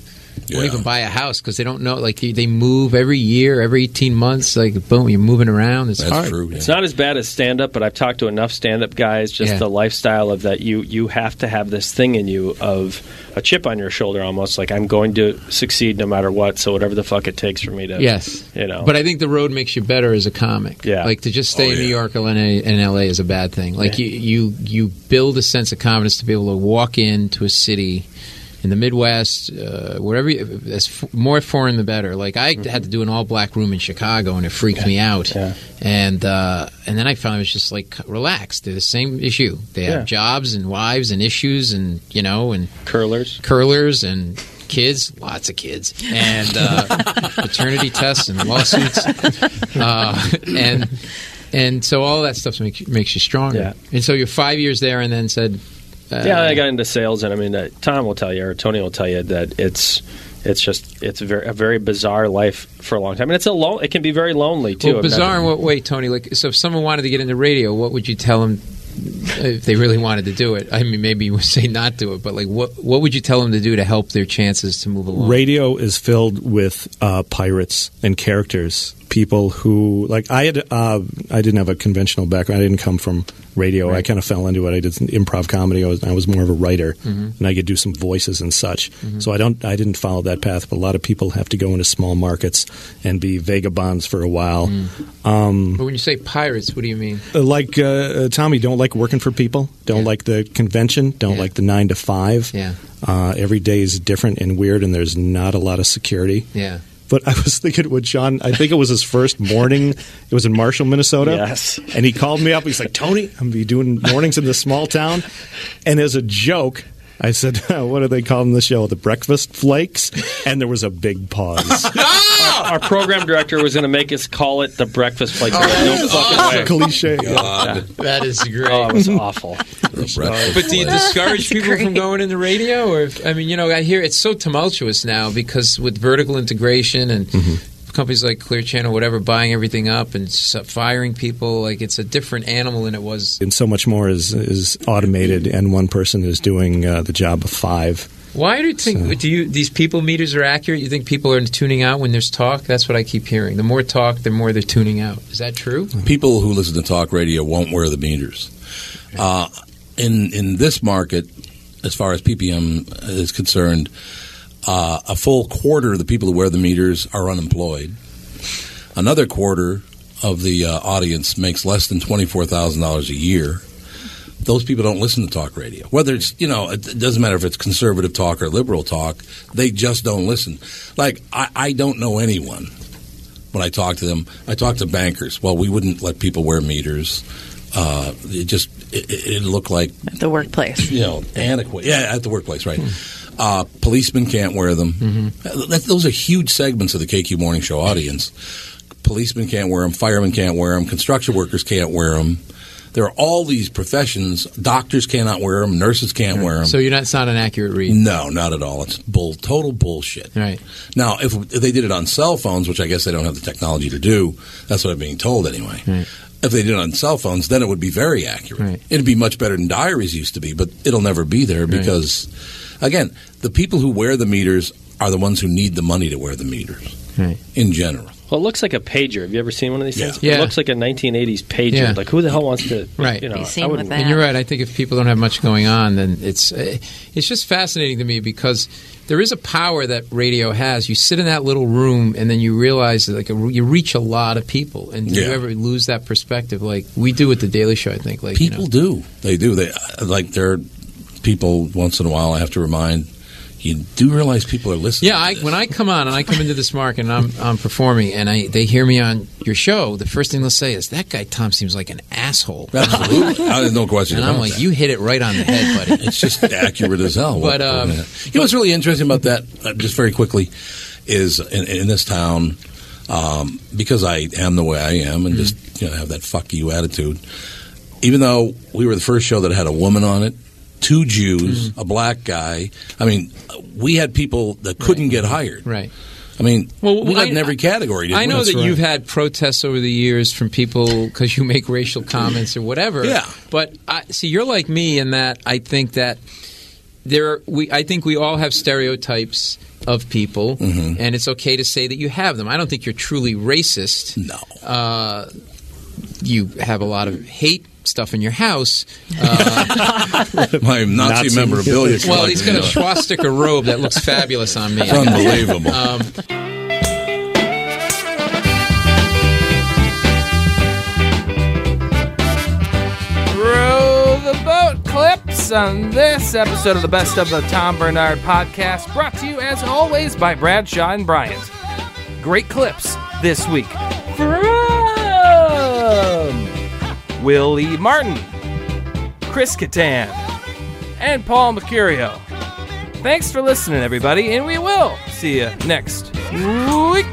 Speaker 13: Won't even buy a house because they don't know. Like they- they move every year, every eighteen months. Like boom, you're moving around. It's hard.
Speaker 14: It's not as bad as stand up, but I've talked to enough stand up guys, just
Speaker 13: Yeah.
Speaker 14: the lifestyle of that you you have to have this thing in you of a chip on your shoulder almost like I'm going to succeed no matter what, so whatever the fuck it takes for me to
Speaker 13: Yes,
Speaker 14: You know. Oh,
Speaker 13: But I think the road makes you better as a comic. Yeah, like to just stay in New York or in, A- in L.A. is a bad thing. Like
Speaker 14: Yeah.
Speaker 13: you, you, you build a sense of confidence to be able to walk into a city in the Midwest, uh, wherever. You, as f- more foreign, the better. Like I
Speaker 14: Mm-hmm.
Speaker 13: had to do an all-black room in Chicago, and it freaked me out. And uh, and then I found it was just like relaxed. They're the same issue. They have
Speaker 14: Yeah.
Speaker 13: jobs and wives and issues, and you know, and
Speaker 14: curlers,
Speaker 13: curlers, and kids, lots of kids, and uh, paternity tests and lawsuits, uh, and and so all that stuff make, makes you stronger.
Speaker 14: Yeah.
Speaker 13: And so you're five years there, and then said, uh,
Speaker 14: yeah, I got into sales, and I mean, uh, Tom will tell you or Tony will tell you that it's it's just it's a very, a very bizarre life for a long time, and it's a lo- it can be very lonely too.
Speaker 13: Well,
Speaker 14: I've never-
Speaker 13: bizarre in what way, Tony? Like, so if someone wanted to get into radio, what would you tell them if they really wanted to do it? I mean, maybe you would say not do it, but like, what what would you tell them to do to help their chances to move along?
Speaker 18: Radio is filled with uh, pirates and characters, people who like I had. Uh, I didn't have a conventional background. I didn't come from radio. I kind of fell into it. I did some improv comedy. I was, I was more of a writer,
Speaker 13: Mm-hmm.
Speaker 21: Mhm.
Speaker 18: and I could do some voices and such. So I don't. I didn't follow that path. But a lot of people have to go into small markets and be vagabonds for a while.
Speaker 13: Mm.
Speaker 18: Um,
Speaker 13: But when you say pirates, what do you mean?
Speaker 18: uh, like uh, uh, Tommy, don't like working for people. Don't like the convention. Don't like the nine to five.
Speaker 13: Yeah.
Speaker 18: Uh, every day is different and weird, and there's not a lot of security.
Speaker 13: Yeah.
Speaker 18: But I was thinking with John, I think it was his first morning. It was in Marshall, Minnesota.
Speaker 14: Yes.
Speaker 18: And he called me up. He's like, Tony, I'm going to be doing mornings in this small town. And as a joke, I said, what do they call them the show? The breakfast flakes? And there was a big pause.
Speaker 14: our, our program director was going to make us call it the breakfast
Speaker 13: Oh,
Speaker 14: plate. There was no fucking way.
Speaker 18: Cliche.
Speaker 14: Yeah.
Speaker 13: That is great.
Speaker 14: Oh, it was awful.
Speaker 13: But do you discourage people from going into radio? Or if, I mean, you know, I hear it's so tumultuous now because with vertical integration and companies like Clear Channel, whatever, buying everything up and s- firing people, like it's a different animal than it was.
Speaker 18: and so much more is is automated, and one person is doing uh, the job of five.
Speaker 13: Why do you think do you these people meters are accurate? You think people are tuning out when there's talk? That's what I keep hearing. The more talk, the more they're tuning out. Is that true?
Speaker 2: People who listen to talk radio won't wear the meters. Uh, in in this market, as far as PPM is concerned, uh, a full quarter of the people who wear the meters are unemployed. Another quarter of the uh, audience makes less than twenty four thousand dollars a year. Those people don't listen to talk radio. Whether it's you know, it doesn't matter if it's conservative talk or liberal talk. They just don't listen. Like I, I don't know anyone when I talk to them. I talk to bankers. Well, we wouldn't let people wear meters. Uh, it just it, it it looked like
Speaker 15: the workplace.
Speaker 2: You know, adequate. Yeah, at the workplace, right? Uh, policemen can't wear them. Uh, That, those are huge segments of the KQ Morning Show audience. Policemen can't wear them. Firemen can't wear them. Construction workers can't wear them. There are all these professions. Doctors cannot wear them. Nurses can't wear them.
Speaker 13: So you're not. It's not an accurate read.
Speaker 2: No, not at all. It's bull, total bullshit.
Speaker 13: Right.
Speaker 2: Now, if they did it on cell phones, which I guess they don't have the technology to do, that's what I'm being told anyway.
Speaker 13: Right.
Speaker 2: If they did it on cell phones, then it would be very accurate.
Speaker 13: Right.
Speaker 2: It'd be much better than diaries used to be, but it'll never be there
Speaker 13: Right.
Speaker 2: because, again, the people who wear the meters are the ones who need the money to wear the meters
Speaker 13: Right.
Speaker 2: in general.
Speaker 14: Well, it looks like a pager. Have you ever seen one of these things?
Speaker 13: Yeah.
Speaker 14: It looks like a 1980s pager.
Speaker 13: Yeah.
Speaker 14: Like who the hell wants to?
Speaker 13: Right.
Speaker 14: You know, I wouldn't-
Speaker 13: And you're right. I think if people don't have much going on, then it's eh, it's just fascinating to me because there is a power that radio has. You sit in that little room, and then you realize that like a, you reach a lot of people. And do you
Speaker 2: Yeah.
Speaker 13: ever lose that perspective? Like we do with the Daily Show, I think. Like you know.
Speaker 2: people do. They do. They like there are people once in a while. I have to remind you do realize people are listening.
Speaker 13: Yeah, I, when I come on and I come into this market and I'm, I'm performing and I they hear me on your show, the first thing they'll say is that guy Tom seems like an asshole.
Speaker 2: Absolutely. I- there's no question
Speaker 13: And I'm
Speaker 2: about
Speaker 13: like,
Speaker 2: that.
Speaker 13: you hit it right on the head, buddy.
Speaker 2: It's just accurate as hell. What-
Speaker 13: But, um,
Speaker 2: you know what's really interesting about that, uh, just very quickly, is in, in this town, um, because I am the way I am
Speaker 13: Hmm.
Speaker 2: and just you know have that fuck you attitude. Even though we were the first show that had a woman on it, two Jews,
Speaker 13: Hmm.
Speaker 2: a black guy. I mean, we had people that couldn't get hired.
Speaker 13: Right.
Speaker 2: I mean,
Speaker 13: Well,
Speaker 2: we got
Speaker 13: I-
Speaker 2: in every category. Didn't
Speaker 13: I
Speaker 2: we?
Speaker 13: know that you've had protests over the years from people because you make racial comments or whatever.
Speaker 2: Yeah.
Speaker 13: But I, see, you're like me in that I think that there are, we I think we all have stereotypes of people,
Speaker 2: Mm-hmm.
Speaker 13: and it's okay to say that you have them. I don't think you're truly racist.
Speaker 2: No.
Speaker 13: Uh, you have a lot of hate stuff in your house. Uh,
Speaker 2: My Nazi, memorabilia.
Speaker 13: Well, he's
Speaker 2: collection, you
Speaker 13: got a
Speaker 2: know.
Speaker 13: swastika robe that looks fabulous on me.
Speaker 2: It's unbelievable.
Speaker 13: Um,
Speaker 1: Row the boat clips on this episode of the Best of the Tom Bernard Podcast, brought to you as always by Bradshaw and Bryant. Great clips this week from Willie Martin, Chris Kattan, and Paul Mercurio. Thanks for listening, everybody, and we will see you next week.